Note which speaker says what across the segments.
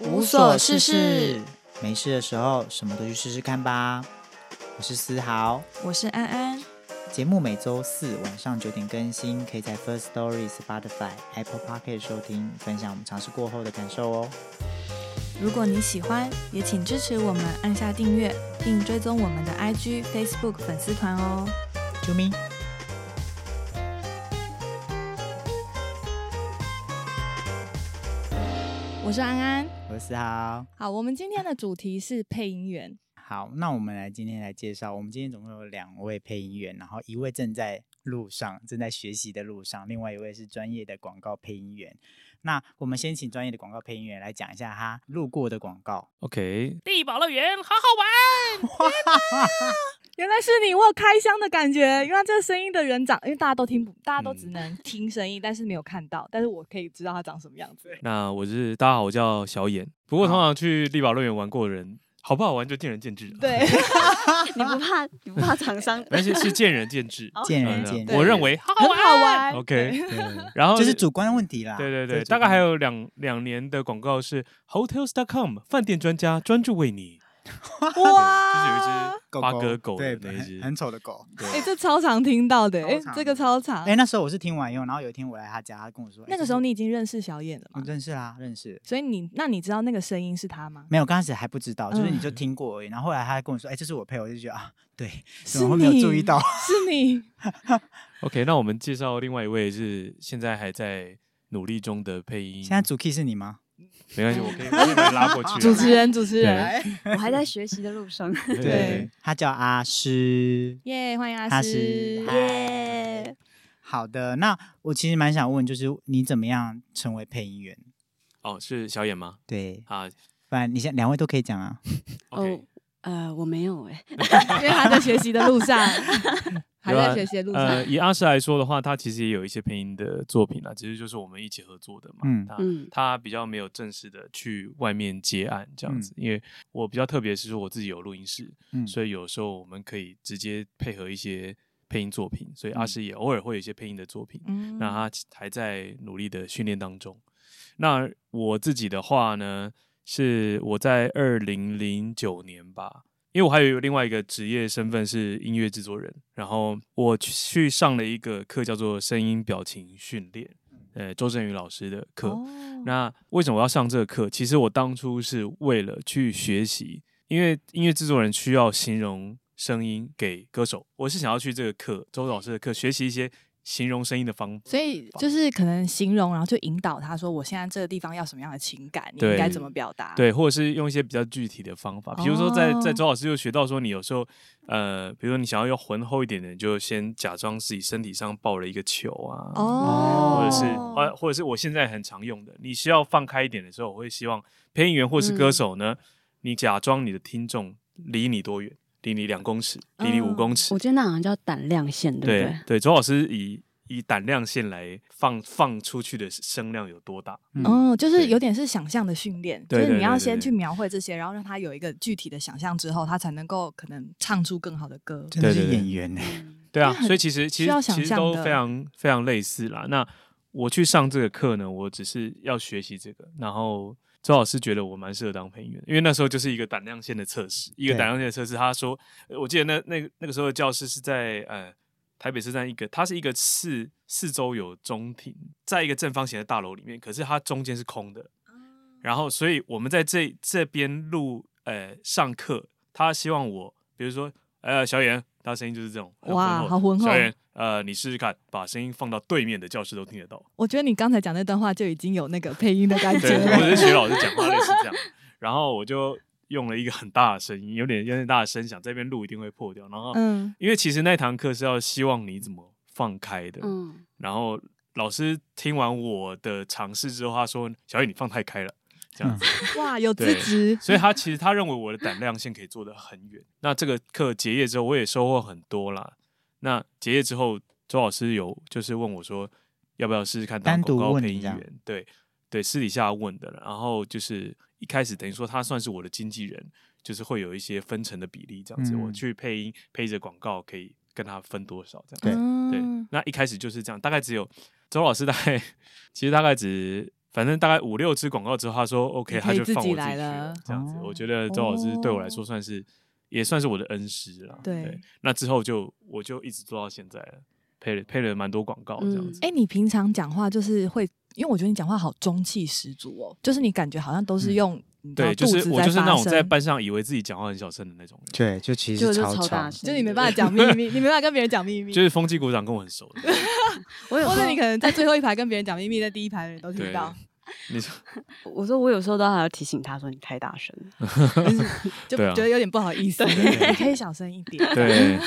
Speaker 1: 无所事事，
Speaker 2: 没事的时候什么都去试试看吧。我是思豪，
Speaker 1: 我是安安，
Speaker 2: 节目每周四晚上九点更新，可以在 First Story、Spotify、Apple Pocket 收听，分享我们尝试过后的感受哦。
Speaker 1: 如果你喜欢，也请支持我们按下订阅，并追踪我们的 IG、Facebook 粉丝团哦。
Speaker 2: 啾咪。
Speaker 1: 我是安安。
Speaker 2: 我是思豪。
Speaker 1: 好，我们今天的主题是配音员。
Speaker 2: 好，那我们来今天来介绍，我们今天总共有两位配音员，然后一位正在路上，正在学习的路上，另外一位是专业的广告配音员。那我们先请专业的广告配音员来讲一下他路过的广告。
Speaker 3: OK，
Speaker 4: 地堡乐园好好玩，
Speaker 1: 原来是你，我有开箱的感觉。原来这个声音的人长，因为大家都听不，大家都只能听声音，但是没有看到，但是我可以知道他长什么样子。
Speaker 3: 那我是大家好，我叫小眼。不过通常去力宝乐园玩过的人，好不好玩就见仁见智、啊，
Speaker 1: 对，
Speaker 5: 你不怕你不怕厂商
Speaker 3: 而且是见仁见智。
Speaker 2: 见仁
Speaker 3: 嗯
Speaker 2: 见智，
Speaker 3: 我认为好
Speaker 1: 很好玩。
Speaker 3: OK，
Speaker 2: 对
Speaker 3: 然后
Speaker 2: 就是主观问题啦。
Speaker 3: 哦对对
Speaker 2: 这
Speaker 3: 对，
Speaker 2: 是主
Speaker 3: 大
Speaker 2: 观
Speaker 3: 概还有两两年的广告是 Hotels.com 饭店专家专注为你，就是有一只
Speaker 2: 狗
Speaker 3: 八
Speaker 2: 狗
Speaker 3: 哥狗
Speaker 2: 对
Speaker 3: 的那一只
Speaker 2: 很，很丑的狗。
Speaker 1: 哎、这超常听到的、哎
Speaker 2: 超常
Speaker 1: 这个超常。
Speaker 2: 哎，那时候我是听完以后，然后有一天我来他家，他跟我说，哎
Speaker 1: 那个时候你已啊经认识小眼了
Speaker 2: 我
Speaker 1: 吗？
Speaker 2: 哦认识啦，认识。
Speaker 1: 所以你那你知道那个声音是他吗？
Speaker 2: 没有，刚开始还不知道，就是
Speaker 1: 嗯
Speaker 2: 你就听过而已。然后后来他跟我说：“哎，这是我配。”我就觉得啊，对，
Speaker 3: 嗯
Speaker 2: 怎
Speaker 1: 是
Speaker 2: 么会
Speaker 1: 你
Speaker 2: 没有注意到？
Speaker 1: 是 你，
Speaker 3: OK，那我们介绍另外一位是现在还在努力中的配音，
Speaker 2: 现在主 key 是你吗？
Speaker 3: 没关系，我可 以我可以把你拉过去啊。
Speaker 1: 主持人，主持
Speaker 3: 对
Speaker 1: 人，
Speaker 5: 我还在学习的路上。
Speaker 3: 对对
Speaker 1: 对
Speaker 3: 对，
Speaker 2: 他叫阿诗。
Speaker 1: 耶欢迎阿
Speaker 2: 阿
Speaker 1: 诗
Speaker 2: 诗。
Speaker 5: 耶！
Speaker 2: 好的，那我其实蛮想问，就是你怎么样成为配音员？
Speaker 3: 哦，是小眼吗？
Speaker 2: 对，
Speaker 3: 啊
Speaker 2: 不然你先两位都可以讲啊。
Speaker 3: ，OK，
Speaker 5: 呃，我没有哎，
Speaker 1: 因为他在学习的路上， 还
Speaker 3: 对
Speaker 1: 在
Speaker 3: 啊
Speaker 1: 学习的路上。
Speaker 3: 呃，以阿诗来说的话，他其实也有一些配音的作品啊，只是就是我们一起合作的嘛。
Speaker 2: 嗯
Speaker 3: 他
Speaker 5: 嗯
Speaker 3: 他比较没有正式的去外面接案这样子，因为我比较特别是说我自己有录音室，
Speaker 2: 嗯，
Speaker 3: 所以有时候我们可以直接配合一些配音作品，所以阿
Speaker 2: 嗯
Speaker 3: 诗也偶尔会有一些配音的作品。
Speaker 1: 嗯
Speaker 3: 那他其还在努力的训练当中。那我自己的话呢，是我在二零零九年吧，因为我还有另外一个职业身份是音乐制作人，然后我去去上了一个课叫做声音表情训练，呃，周振宇老师的课。
Speaker 1: 哦
Speaker 3: 那为什么我要上这个课？其实我当初是为了去学习，因为音乐制作人需要形容声音给歌手，我是想要去这个课，周老师的课学习一些形容声音的方法。
Speaker 1: 所以就是可能形容，然后就引导他说，我现在这个地方要什么样的情感，你应
Speaker 3: 对
Speaker 1: 该怎么表达？，
Speaker 3: 对，或者是用一些比较具体的方法，比如说在在
Speaker 1: 哦
Speaker 3: 周老师就学到说，你有时候呃，比如说你想要用浑厚一点的，你就先假装自己身体上抱了一个球啊，
Speaker 1: 哦，
Speaker 3: 或者是或或者是我现在很常用的，你需要放开一点的时候，我会希望配音员或是歌
Speaker 5: 嗯
Speaker 3: 手呢，你假装你的听众离你多远，离你两公尺，离你五
Speaker 1: 嗯
Speaker 3: 公尺，
Speaker 5: 我觉得那好像叫胆量线，对不
Speaker 3: 对
Speaker 5: 对？
Speaker 3: 对，周老师以以胆量线来放放出去的声量有多大？
Speaker 2: 嗯
Speaker 1: 哦，就是
Speaker 3: 呃对
Speaker 1: 有点是想象的训练，就
Speaker 3: 对
Speaker 1: 是
Speaker 3: 对
Speaker 1: 你要
Speaker 3: 对对
Speaker 1: 先
Speaker 3: 对
Speaker 1: 去描绘这些，然后让他有一个具体的想象之后，他才能够可能唱出更好的歌。
Speaker 2: 真的
Speaker 3: 对
Speaker 2: 是
Speaker 3: 对对
Speaker 2: 演员呢。欸
Speaker 3: 对啊，
Speaker 1: 那很
Speaker 3: 所以其实其
Speaker 1: 需要
Speaker 3: 实
Speaker 1: 想
Speaker 3: 其实
Speaker 1: 象
Speaker 3: 都
Speaker 1: 的
Speaker 3: 非常非常类似啦。那我去上这个课呢，我只是要学习这个，然后周老师觉得我蛮适合当配音员的，因为那时候就是一个胆量线的测试，一个
Speaker 2: 对
Speaker 3: 胆量线的测试。他说，呃我记得那那个那个时候的教室是在呃台北车站一个，它是一个四四周有中庭，在一个正方形的大楼里面，可是它中间是空的，然后所以我们在这这边录呃上课，他希望我比如说呃小严，他声音就是这种很
Speaker 1: 哇
Speaker 3: 浑厚
Speaker 1: 好浑厚
Speaker 3: 小严呃你试试看，把声音放到对面的教室都听 得到，
Speaker 1: 我觉得你刚才讲那段话就已经有那个配音的感觉
Speaker 3: 对，
Speaker 1: 了
Speaker 3: 我。是学老师讲话类似这样，然后我就用了一个很大的声音，有点有点大的声响，这边录一定会破掉，然后、
Speaker 1: 嗯，
Speaker 3: 因为其实那堂课是要希望你怎么放开的，
Speaker 5: 嗯，
Speaker 3: 然后老师听完我的尝试之后，他说小严你放太开了，这样子。
Speaker 1: 哇，有资
Speaker 3: 对
Speaker 1: 质，
Speaker 3: 所以他其实他认为我的胆量线可以做得很远。那这个课结业之后，我也收获很多啦。那结业之后，周老师有就是问我说，要不要试试看当
Speaker 2: 单独
Speaker 3: 广告
Speaker 2: 问
Speaker 3: 配
Speaker 2: 你
Speaker 3: 音
Speaker 2: 这样
Speaker 3: 员？对对，私底下问的。然后就是一开始等于说他算是我的经纪人，就是会有一些分成的比例这样子。
Speaker 2: 嗯
Speaker 3: 我去配音配着广告，可以跟他分多少这样子。
Speaker 2: 对
Speaker 3: 对
Speaker 1: 嗯，
Speaker 3: 那一开始就是这样，大概只有周老师大概其实大概只。反正大概五六支广告之后，他说 OK，
Speaker 1: 你
Speaker 3: 他
Speaker 1: 可以
Speaker 3: 就
Speaker 1: 自
Speaker 3: 放
Speaker 1: 己
Speaker 3: 我
Speaker 1: 来
Speaker 3: 去
Speaker 1: 了
Speaker 3: 了。这样子，
Speaker 2: 哦
Speaker 3: 我觉得周老师对我来说算是、也算是我的恩师了。
Speaker 1: 对
Speaker 3: 那之后就我就一直做到现在了，配了配了蛮多广
Speaker 5: 哦
Speaker 3: 告这
Speaker 5: 嗯
Speaker 3: 样子。
Speaker 1: 哎、你平常讲话就是会，因为我觉得你讲话好中气十足哦，就是你感觉好像都是
Speaker 2: 嗯
Speaker 1: 用、你知道
Speaker 3: 对，就
Speaker 1: 肚
Speaker 3: 是
Speaker 1: 子
Speaker 3: 我就是
Speaker 1: 发
Speaker 3: 那种在
Speaker 1: 声
Speaker 3: 班上以为自己讲话很小声的那种人，
Speaker 2: 对，就其
Speaker 5: 就
Speaker 2: 实
Speaker 5: 就
Speaker 2: 超
Speaker 5: 超
Speaker 2: 吵，
Speaker 5: 大声，
Speaker 1: 就是你没办法讲秘密，你没办法跟别人讲秘密，
Speaker 3: 就是风纪股长跟我很熟 的。
Speaker 5: 对。我有
Speaker 1: 或
Speaker 5: 时
Speaker 1: 者
Speaker 5: 候
Speaker 1: 你可能在最后一排跟别人讲秘密，在第一排的人都听
Speaker 3: 对
Speaker 1: 不到，，
Speaker 3: 你说
Speaker 5: 我说我有时候都还要提醒他说你太大声了，
Speaker 1: 就
Speaker 3: 对啊
Speaker 1: 觉得有点不好意思。
Speaker 3: 对
Speaker 1: 你可以小声一点。
Speaker 3: 对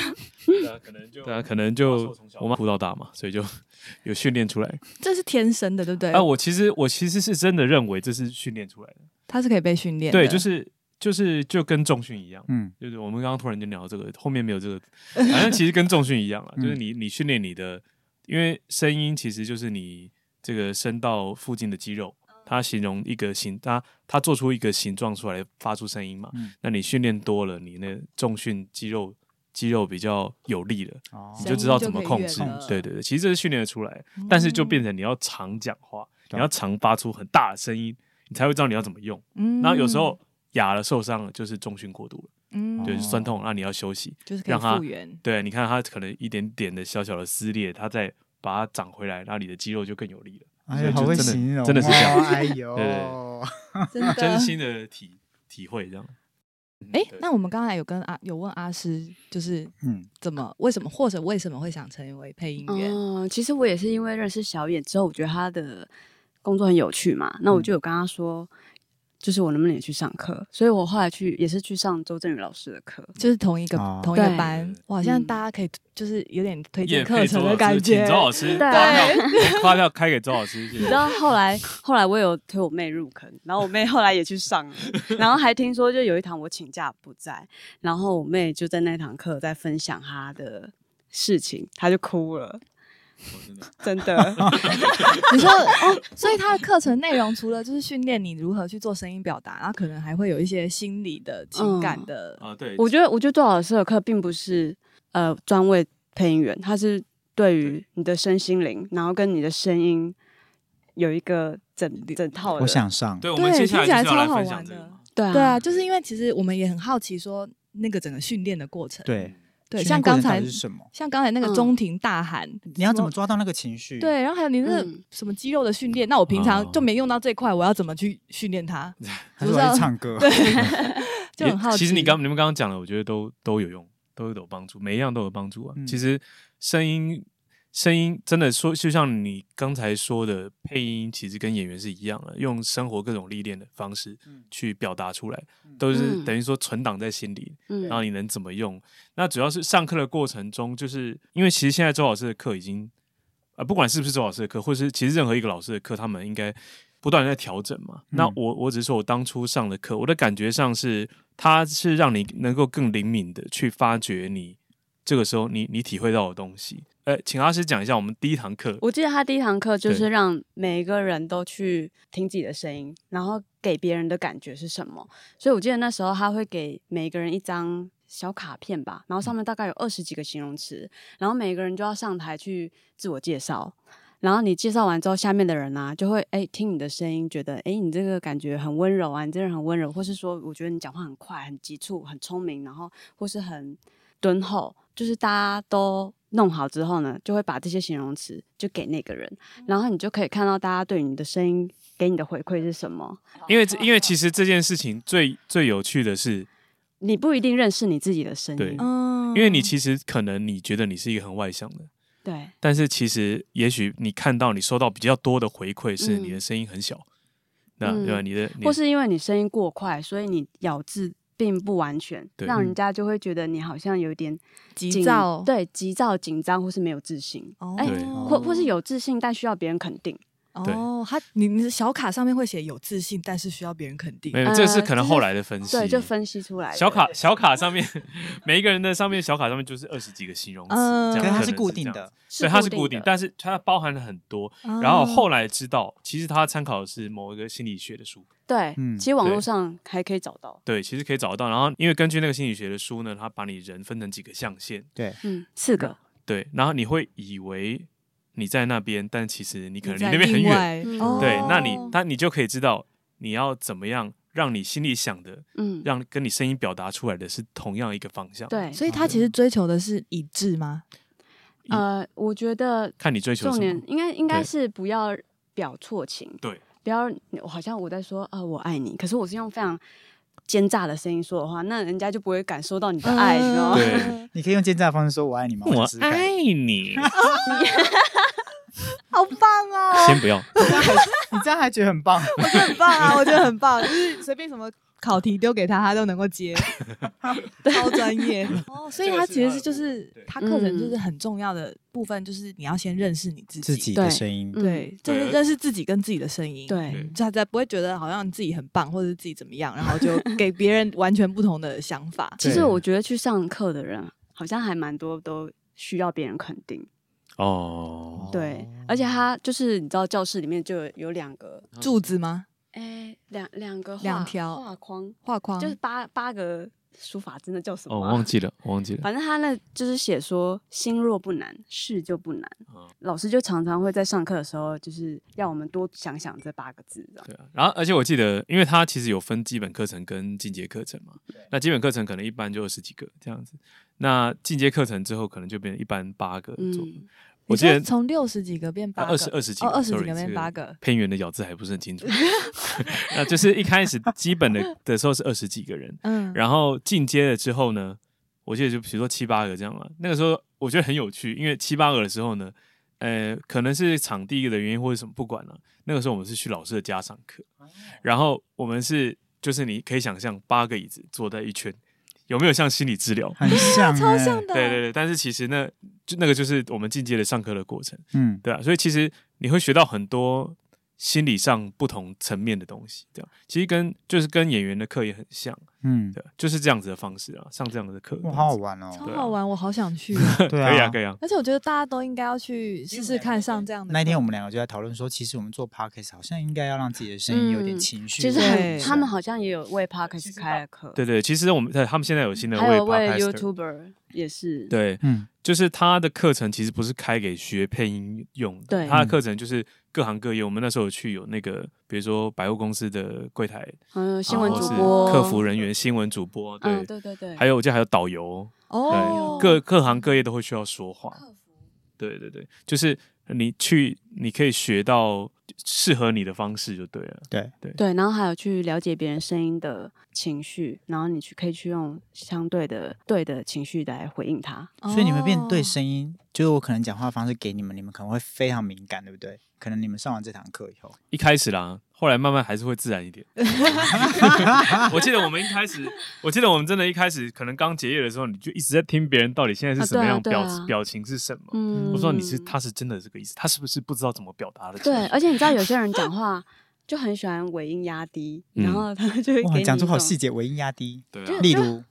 Speaker 4: 对啊，可能就
Speaker 3: 对啊，可能就
Speaker 4: 我从小
Speaker 3: 我妈哭到大嘛，所以就 有训练出来。
Speaker 1: 这是天生的，对不对？
Speaker 3: 哎、我其实我其实是真的认为这是训练出来的，
Speaker 1: 它是可以被训练的。
Speaker 3: 对，就是就是就跟重训一样。
Speaker 2: 嗯，
Speaker 3: 就是我们刚刚突然间聊到这个，后面没有这个，反正其实跟重训一样 啦，
Speaker 2: 嗯
Speaker 3: 就是你你训练你的，因为声音其实就是你这个声道附近的肌肉，
Speaker 1: 嗯
Speaker 3: 它形容一个形，它它做出一个形状出来发出声音嘛。
Speaker 2: 嗯
Speaker 3: 那你训练多了，你那重训肌肉肌肉比较有力了，
Speaker 2: 哦
Speaker 1: 声
Speaker 3: 你就
Speaker 1: 音
Speaker 3: 知道怎么控制
Speaker 1: 就可以远了。
Speaker 3: 对对对，其实这是训练得出来，但是就变成你要常讲话，
Speaker 2: 对
Speaker 3: 你要常发出很大的声音，你才会知道你要怎么用。
Speaker 1: 嗯
Speaker 3: 然后有时候哑了、受伤了，就是重训过度了。
Speaker 1: 嗯
Speaker 3: 对，
Speaker 2: 哦
Speaker 3: 酸痛，那你要休息。
Speaker 1: 就是可以
Speaker 3: 让它
Speaker 1: 复原。
Speaker 3: 对，你看它可能一点点的小小的撕裂，它再把它长回来，那你的肌肉就更有力了。
Speaker 2: 哎
Speaker 3: 所
Speaker 2: 呦，
Speaker 3: 以
Speaker 2: 好
Speaker 3: 就
Speaker 2: 会
Speaker 3: 真的
Speaker 2: 形容哦，
Speaker 3: 真的是这样
Speaker 2: 哎呦，
Speaker 3: 对对
Speaker 1: 真的
Speaker 3: 真心的体体会这样。
Speaker 1: 哎、
Speaker 3: 对
Speaker 1: 啊那我们刚才有跟阿有问阿诗，就是
Speaker 2: 嗯，
Speaker 1: 怎么为什么或者为什么会想成为配音员？
Speaker 5: 嗯，其实我也是因为认识小野之后，我觉得他的工作很有趣嘛，那我
Speaker 2: 嗯
Speaker 5: 就有跟他说，就是我能不能也去上课，所以我后来去也是去上周正宇老师的课。
Speaker 1: 就是同一个、
Speaker 2: 哦
Speaker 1: 同一个
Speaker 5: 对
Speaker 1: 班
Speaker 3: 对，
Speaker 1: 哇，现在
Speaker 5: 嗯
Speaker 1: 大家可以就是有点推荐
Speaker 3: 叶
Speaker 1: 课
Speaker 3: 佩
Speaker 1: 程
Speaker 3: 周
Speaker 1: 的
Speaker 3: 老
Speaker 1: 感
Speaker 3: 师，请
Speaker 1: 觉
Speaker 3: 周。老师
Speaker 5: 对
Speaker 3: 发 票，发票开给周老师。谢
Speaker 5: 你
Speaker 3: 谢
Speaker 5: 知道后来，后来我有推我妹入坑，然后我妹后来也去上了，然后还听说就有一堂我请假不在，然后我妹就在那堂课在分享她的事情，她就哭了，真的，
Speaker 1: 你说哦，所以他的课程内容除了就是训练你如何去做声音表达，然后可能还会有一些心理的、情感
Speaker 5: 嗯
Speaker 1: 的。
Speaker 3: 啊，对，
Speaker 5: 我觉得，我觉得周老师的课并不是呃专为配音员，他是对于你的身心灵，然后跟你的声音有一个整整套的。
Speaker 2: 我想上，
Speaker 3: 对，我们
Speaker 1: 对
Speaker 3: 接下
Speaker 1: 听起来
Speaker 3: 来就是要
Speaker 1: 超好
Speaker 3: 来分
Speaker 1: 玩
Speaker 3: 享这个
Speaker 1: 的
Speaker 3: 嘛。
Speaker 5: 对啊，
Speaker 1: 对啊，就是因为其实我们也很好奇说那个整个训练的过程。
Speaker 2: 对
Speaker 1: 对，
Speaker 2: 训练
Speaker 1: 像
Speaker 2: 过
Speaker 1: 刚
Speaker 2: 程到
Speaker 1: 才
Speaker 2: 底是什么？
Speaker 1: 像刚才那个
Speaker 5: 嗯
Speaker 1: 中庭大喊，
Speaker 2: 你要怎么抓到那个情绪？
Speaker 1: 对，然后还有你那个
Speaker 5: 嗯
Speaker 1: 什么肌肉的训练，那我平常
Speaker 3: 哦
Speaker 1: 就没用到这块，我要怎么去训练 它？
Speaker 2: 还是我要去唱歌？
Speaker 1: 就很好奇。
Speaker 3: 其实你刚你们刚刚讲的，我觉得都都有用，都有帮助，每一样都有帮助啊。
Speaker 2: 嗯
Speaker 3: 其实声音声音真的说，就像你刚才说的，配音其实跟演员是一样的，用生活各种历练的方式
Speaker 2: 嗯
Speaker 3: 去表达出来，都是
Speaker 5: 嗯
Speaker 3: 等于说存档在心里，
Speaker 5: 嗯
Speaker 3: 然后你能怎么用？那主要是上课的过程中，就是因为其实现在周老师的课已经，呃，不管是不是周老师的课，或是其实任何一个老师的课，他们应该不断地在调整嘛。那
Speaker 2: 嗯
Speaker 3: 我我只是说我当初上的课，我的感觉上是，它是让你能够更灵敏的去发掘你这个时候你你体会到的东西。呃，请阿师讲一下我们第一堂课，
Speaker 5: 我记得他第一堂课就
Speaker 3: 对
Speaker 5: 是让每一个人都去听自己的声音，然后给别人的感觉是什么。所以我记得那时候他会给每一个人一张小卡片吧，然后上面大概有二十几个形容词，然后每个人就要上台去自我介绍。然后你介绍完之后，下面的人啊就会哎听你的声音，觉得哎你这个感觉很温柔啊，你这个人很温柔，或是说我觉得你讲话很快、很急促、很聪明，然后或是很敦厚，就是大家都弄好之后呢，就会把这些形容词就给那个人，然后你就可以看到大家对你的声音给你的回馈是什么。
Speaker 3: 因为这因为其实这件事情最最有趣的是，
Speaker 5: 你不一定认识你自己的声
Speaker 3: 对
Speaker 5: 音，
Speaker 1: 嗯，
Speaker 3: 因为你其实可能你觉得你是一个很外向的人。
Speaker 5: 对
Speaker 3: 但是其实也许你看到你收到比较多的回馈是
Speaker 5: 嗯
Speaker 3: 你的声音很小，那、
Speaker 5: 嗯
Speaker 3: 对吧？你的你
Speaker 5: 或是因为你声音过快，所以你咬字并不完全，
Speaker 3: 对嗯
Speaker 5: 让人家就会觉得你好像有点
Speaker 1: 急
Speaker 5: 紧
Speaker 1: 躁，
Speaker 5: 对急躁、紧张，或是没有自信，
Speaker 1: 哦，
Speaker 5: 哎
Speaker 3: 对
Speaker 5: 或或是有自信但需要别人肯定。
Speaker 3: 对
Speaker 1: 哦，他你你的小卡上面会写有自信，但是需要别人肯定
Speaker 3: 没。有，
Speaker 5: 呃
Speaker 3: 这是可
Speaker 5: 就
Speaker 3: 能
Speaker 5: 是
Speaker 3: 后来的分析。
Speaker 5: 对，就分析出来的
Speaker 3: 小卡小卡上面每一个人的上面小卡上面就是二十几个形容词，
Speaker 1: 嗯
Speaker 3: 这
Speaker 2: 可
Speaker 3: 样
Speaker 1: 能
Speaker 2: 是它
Speaker 3: 可
Speaker 2: 是
Speaker 3: 能
Speaker 2: 固
Speaker 3: 这
Speaker 2: 定
Speaker 3: 样
Speaker 2: 的，，
Speaker 5: 是
Speaker 3: 对，它是固定
Speaker 5: 的，
Speaker 3: 但是它包含了很多。
Speaker 1: 哦
Speaker 3: 然后后来知道，其实它参考的是某一个心理学的书，
Speaker 5: 对，
Speaker 2: 嗯
Speaker 5: 其实网
Speaker 3: 对
Speaker 5: 络上还可以找到。
Speaker 3: 对，其实可以找得到。然后因为根据那个心理学的书呢，它把你人分成几个象限，
Speaker 2: 对，
Speaker 5: 嗯，四个，
Speaker 3: 对，然后你会以为你在那边，但其实你可能离
Speaker 1: 在
Speaker 3: 那边很
Speaker 1: 另
Speaker 3: 远，
Speaker 1: 外
Speaker 5: 嗯
Speaker 1: 哦
Speaker 3: 对，那你他你就可以知道你要怎么样让你心里想的，
Speaker 5: 嗯，
Speaker 3: 让跟你声音表达出来的是同样一个方向。，
Speaker 5: 对，
Speaker 1: 所以他其实追求的是一致吗？
Speaker 5: 呃，我觉得
Speaker 3: 看你追求
Speaker 5: 重
Speaker 3: 什
Speaker 5: 点
Speaker 3: 么。
Speaker 5: 应该应该
Speaker 3: 对
Speaker 5: 是不要表错情，
Speaker 3: 对，
Speaker 5: 不要我好像我在说啊、我爱你，可是我是用非常奸诈的声音说的话，那人家就不会感受到你的爱，你知道吗？
Speaker 3: 对
Speaker 1: 嗯
Speaker 2: 你可以用奸诈的方式说“我爱你”吗？
Speaker 3: 我
Speaker 2: 只是看
Speaker 3: 爱 你，
Speaker 5: 哦
Speaker 1: 好棒哦，
Speaker 3: 先不 要。
Speaker 2: 你这样还 你这样还觉得很棒？
Speaker 1: 我觉得很棒啊，我觉得很棒， 就是随便什么考题丢给他，他都能够 接，超专业。 嗯哦，所以他其实就是
Speaker 3: 这个是
Speaker 1: 他课程就是很重要的部分，就是你要先认识你自己，
Speaker 2: 自己的声音，
Speaker 5: 嗯
Speaker 1: 对，就是认识自己跟自己的声音，，
Speaker 5: 对，。
Speaker 1: 他才不会觉得好像自己很棒或者是自己怎么样，然后就给别人完全不同的想法
Speaker 5: 其
Speaker 2: 对
Speaker 5: 实我觉得去上课的人好像还蛮多都需要别人肯定，
Speaker 3: 哦，
Speaker 5: 对，而且他就是你知道教室里面就有有两个，
Speaker 3: 哦
Speaker 1: 柱子吗？
Speaker 5: 哎，两两个画
Speaker 1: 两条
Speaker 5: 画框，
Speaker 1: 画框
Speaker 5: 就是八八个书法字，那叫什么
Speaker 3: 哦，
Speaker 5: 啊、
Speaker 3: 忘记了，我忘记了。
Speaker 5: 反正他那就是写说心若不难，事就不难。
Speaker 3: 嗯
Speaker 5: 老师就常常会在上课的时候，就是要我们多想想这八个字，这样
Speaker 3: 对啊，然后而且我记得，因为它其实有分基本课程跟进阶课程嘛。那基本课程可能一般就有十几个这样子，那进阶课程之后可能就变成一般八个左右。
Speaker 5: 嗯，
Speaker 1: 你
Speaker 3: 我记
Speaker 1: 说
Speaker 3: 得
Speaker 1: 从六十几个变八个，
Speaker 3: 啊二十二十几
Speaker 1: 哦，
Speaker 3: 个，
Speaker 1: 二十几
Speaker 3: sorry，
Speaker 1: 个
Speaker 3: 这
Speaker 1: 变八个，
Speaker 3: 配音员的咬字还不是很清楚。那就是一 开始基本的的时候是二十几个人，
Speaker 1: 嗯，
Speaker 3: 然后进阶了之后呢，我记得就比如说七八个这样嘛。那个时候我觉得很有趣，因为七八个的时候呢，呃，可能是场地的原因或者什么，不管了、那个时候我们是去老师的家上课，
Speaker 1: 哦
Speaker 3: 然后我们是就是你可以想象八个椅子坐在一圈，有没有像心理治疗？
Speaker 2: 很像、欸，
Speaker 1: 超像的，啊
Speaker 3: 对对对，但是其实那就那个就是我们进阶的上课的过程。
Speaker 2: 嗯，
Speaker 3: 对啊，所以其实你会学到很多心理上不同层面的东西，这样其实跟就是跟演员的课也很像，
Speaker 2: 嗯，
Speaker 3: 对啊、就是这样子的方式啊，上这样的课，
Speaker 2: 哇，好好玩哦！
Speaker 1: 超
Speaker 3: 对啊
Speaker 1: 好玩，我好想去 哦。
Speaker 2: 对啊，
Speaker 3: 可以啊，可以啊，
Speaker 1: 而且我觉得大家都应该要去试试看上这样的。
Speaker 2: 那一天我们两个就在讨论说，其实我们做 podcast 好像应该要让自己的声音有点
Speaker 5: 嗯
Speaker 2: 情绪。
Speaker 5: 其实
Speaker 1: 对
Speaker 5: 很，他们好像也有为 p a r k 开了课，
Speaker 3: 对对，其实我们呃他们现在有新的
Speaker 5: 还有为
Speaker 3: Podcaster
Speaker 5: YouTuber 也是，
Speaker 3: 对，
Speaker 2: 嗯，
Speaker 3: 就是他的课程其实不是开给学配音用的，
Speaker 5: 对
Speaker 2: 嗯
Speaker 3: 他的课程就是各行各业。我们那时候有去有那个，比如说百货公司的柜台，啊
Speaker 5: 嗯，新闻
Speaker 3: 或
Speaker 5: 主
Speaker 3: 是
Speaker 5: 播、
Speaker 3: 客服，人员、新闻主播，对，
Speaker 5: 嗯，对对对，
Speaker 3: 还有我记得还有导游，
Speaker 1: 哦，
Speaker 3: 对，各各行各业都会需要说话。对对对，就是你去，你可以学到适合你的方式就对了。
Speaker 2: 对，
Speaker 5: 对，然后还有去了解别人声音的情绪，然后你去可以去用相对的对的情绪来回应他。
Speaker 2: 所以你们变对
Speaker 1: 哦
Speaker 2: 声音，就是我可能讲话方式给你们，你们可能会非常敏感，对不对？可能你们上完这堂课以后，
Speaker 3: 一开始啦，后来慢慢还是会自然一 点。我记得我们一开始，我记得我们真的一开始可能刚结业的时候，你就一直在听别人到底现在是什么样
Speaker 5: 啊对
Speaker 3: 表、
Speaker 5: 啊对啊
Speaker 3: 表情是什么。
Speaker 5: 嗯，
Speaker 3: 我说你是他是真的这个意思，他是不是不知道怎么表达的？
Speaker 5: 对，而且你知道有些人讲话就很喜欢尾音压低，然
Speaker 3: 嗯
Speaker 5: 后他就会给
Speaker 2: 哇，
Speaker 5: 你
Speaker 2: 讲出
Speaker 5: 一
Speaker 2: 好
Speaker 5: 种
Speaker 2: 细节，尾音压低，
Speaker 3: 对
Speaker 5: 就
Speaker 3: 啊
Speaker 5: 是，
Speaker 2: 例如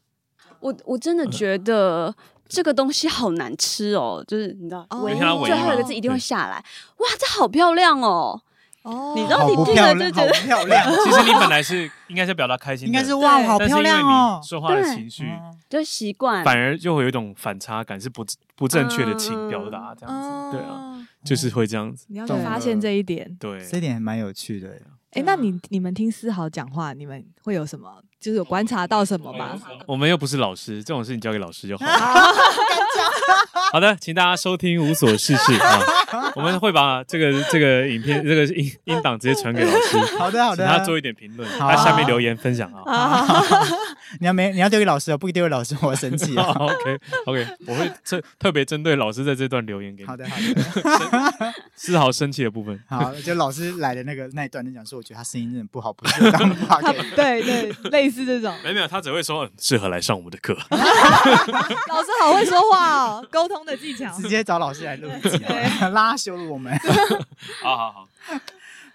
Speaker 5: 我我真的觉得这个东西好难吃哦，就是你知道
Speaker 1: 哦，
Speaker 5: 尾
Speaker 1: 你
Speaker 5: 音
Speaker 1: 看它尾
Speaker 5: 最
Speaker 1: 音
Speaker 5: 后一个
Speaker 1: 嘛
Speaker 5: 字一定
Speaker 3: 对
Speaker 5: 会下来。哇，这好漂亮哦！
Speaker 1: 哦，
Speaker 5: 你知道
Speaker 2: 好
Speaker 5: 你
Speaker 2: 不
Speaker 5: 听
Speaker 2: 漂
Speaker 5: 了就
Speaker 2: 亮，
Speaker 5: 觉
Speaker 2: 好
Speaker 5: 得
Speaker 2: 不漂亮，
Speaker 3: 其实你本来是应该是表达开心的，
Speaker 2: 应该是哇，
Speaker 1: 对
Speaker 2: 好
Speaker 3: 但是
Speaker 2: 漂
Speaker 3: 因为
Speaker 2: 亮哦
Speaker 3: 你。说话的
Speaker 5: 对
Speaker 3: 情绪。
Speaker 2: 嗯
Speaker 5: 就习惯
Speaker 3: 反而就会有一种反差感，是不不正确的情表达这样子，对啊，
Speaker 1: 哦，
Speaker 3: 就是会这样子，
Speaker 1: 你要去
Speaker 2: 懂
Speaker 1: 发
Speaker 2: 了
Speaker 1: 现这一点。
Speaker 3: 对，
Speaker 2: 这一点还蛮有趣的。
Speaker 1: 哎，那你你们听思豪讲话，你们会有什么？就是有观察到什么吗？
Speaker 3: 我们又不是老师，这种事情交给老师就好了。啊 好的，请大家收听《无所事 事》啊，我们会把这个这个影片这个音音档直接传给老师，
Speaker 2: 好的，好
Speaker 3: 请
Speaker 2: 的，
Speaker 3: 他做一点评论，
Speaker 2: 好
Speaker 3: 他下面留言分 享啊。
Speaker 2: 你要没你要丢给老师哦，不丢给老师我要生 气哦。
Speaker 3: OK OK，我会特特别针对老师在这段留言给你
Speaker 2: 好，的，好的，
Speaker 3: 丝毫生气的部分。
Speaker 2: 好，就老师来的那个那一段就讲说，我觉得他声音真的不好，不适合当 p o
Speaker 1: 他
Speaker 2: d
Speaker 1: 对对，类似这种，
Speaker 3: 没有没有，他只会说嗯适合来上我们的 课。
Speaker 1: 老师好会说话哦，沟通的 技巧。
Speaker 2: 直接找老师来录一集好了，拉羞辱我们。
Speaker 3: 好好好，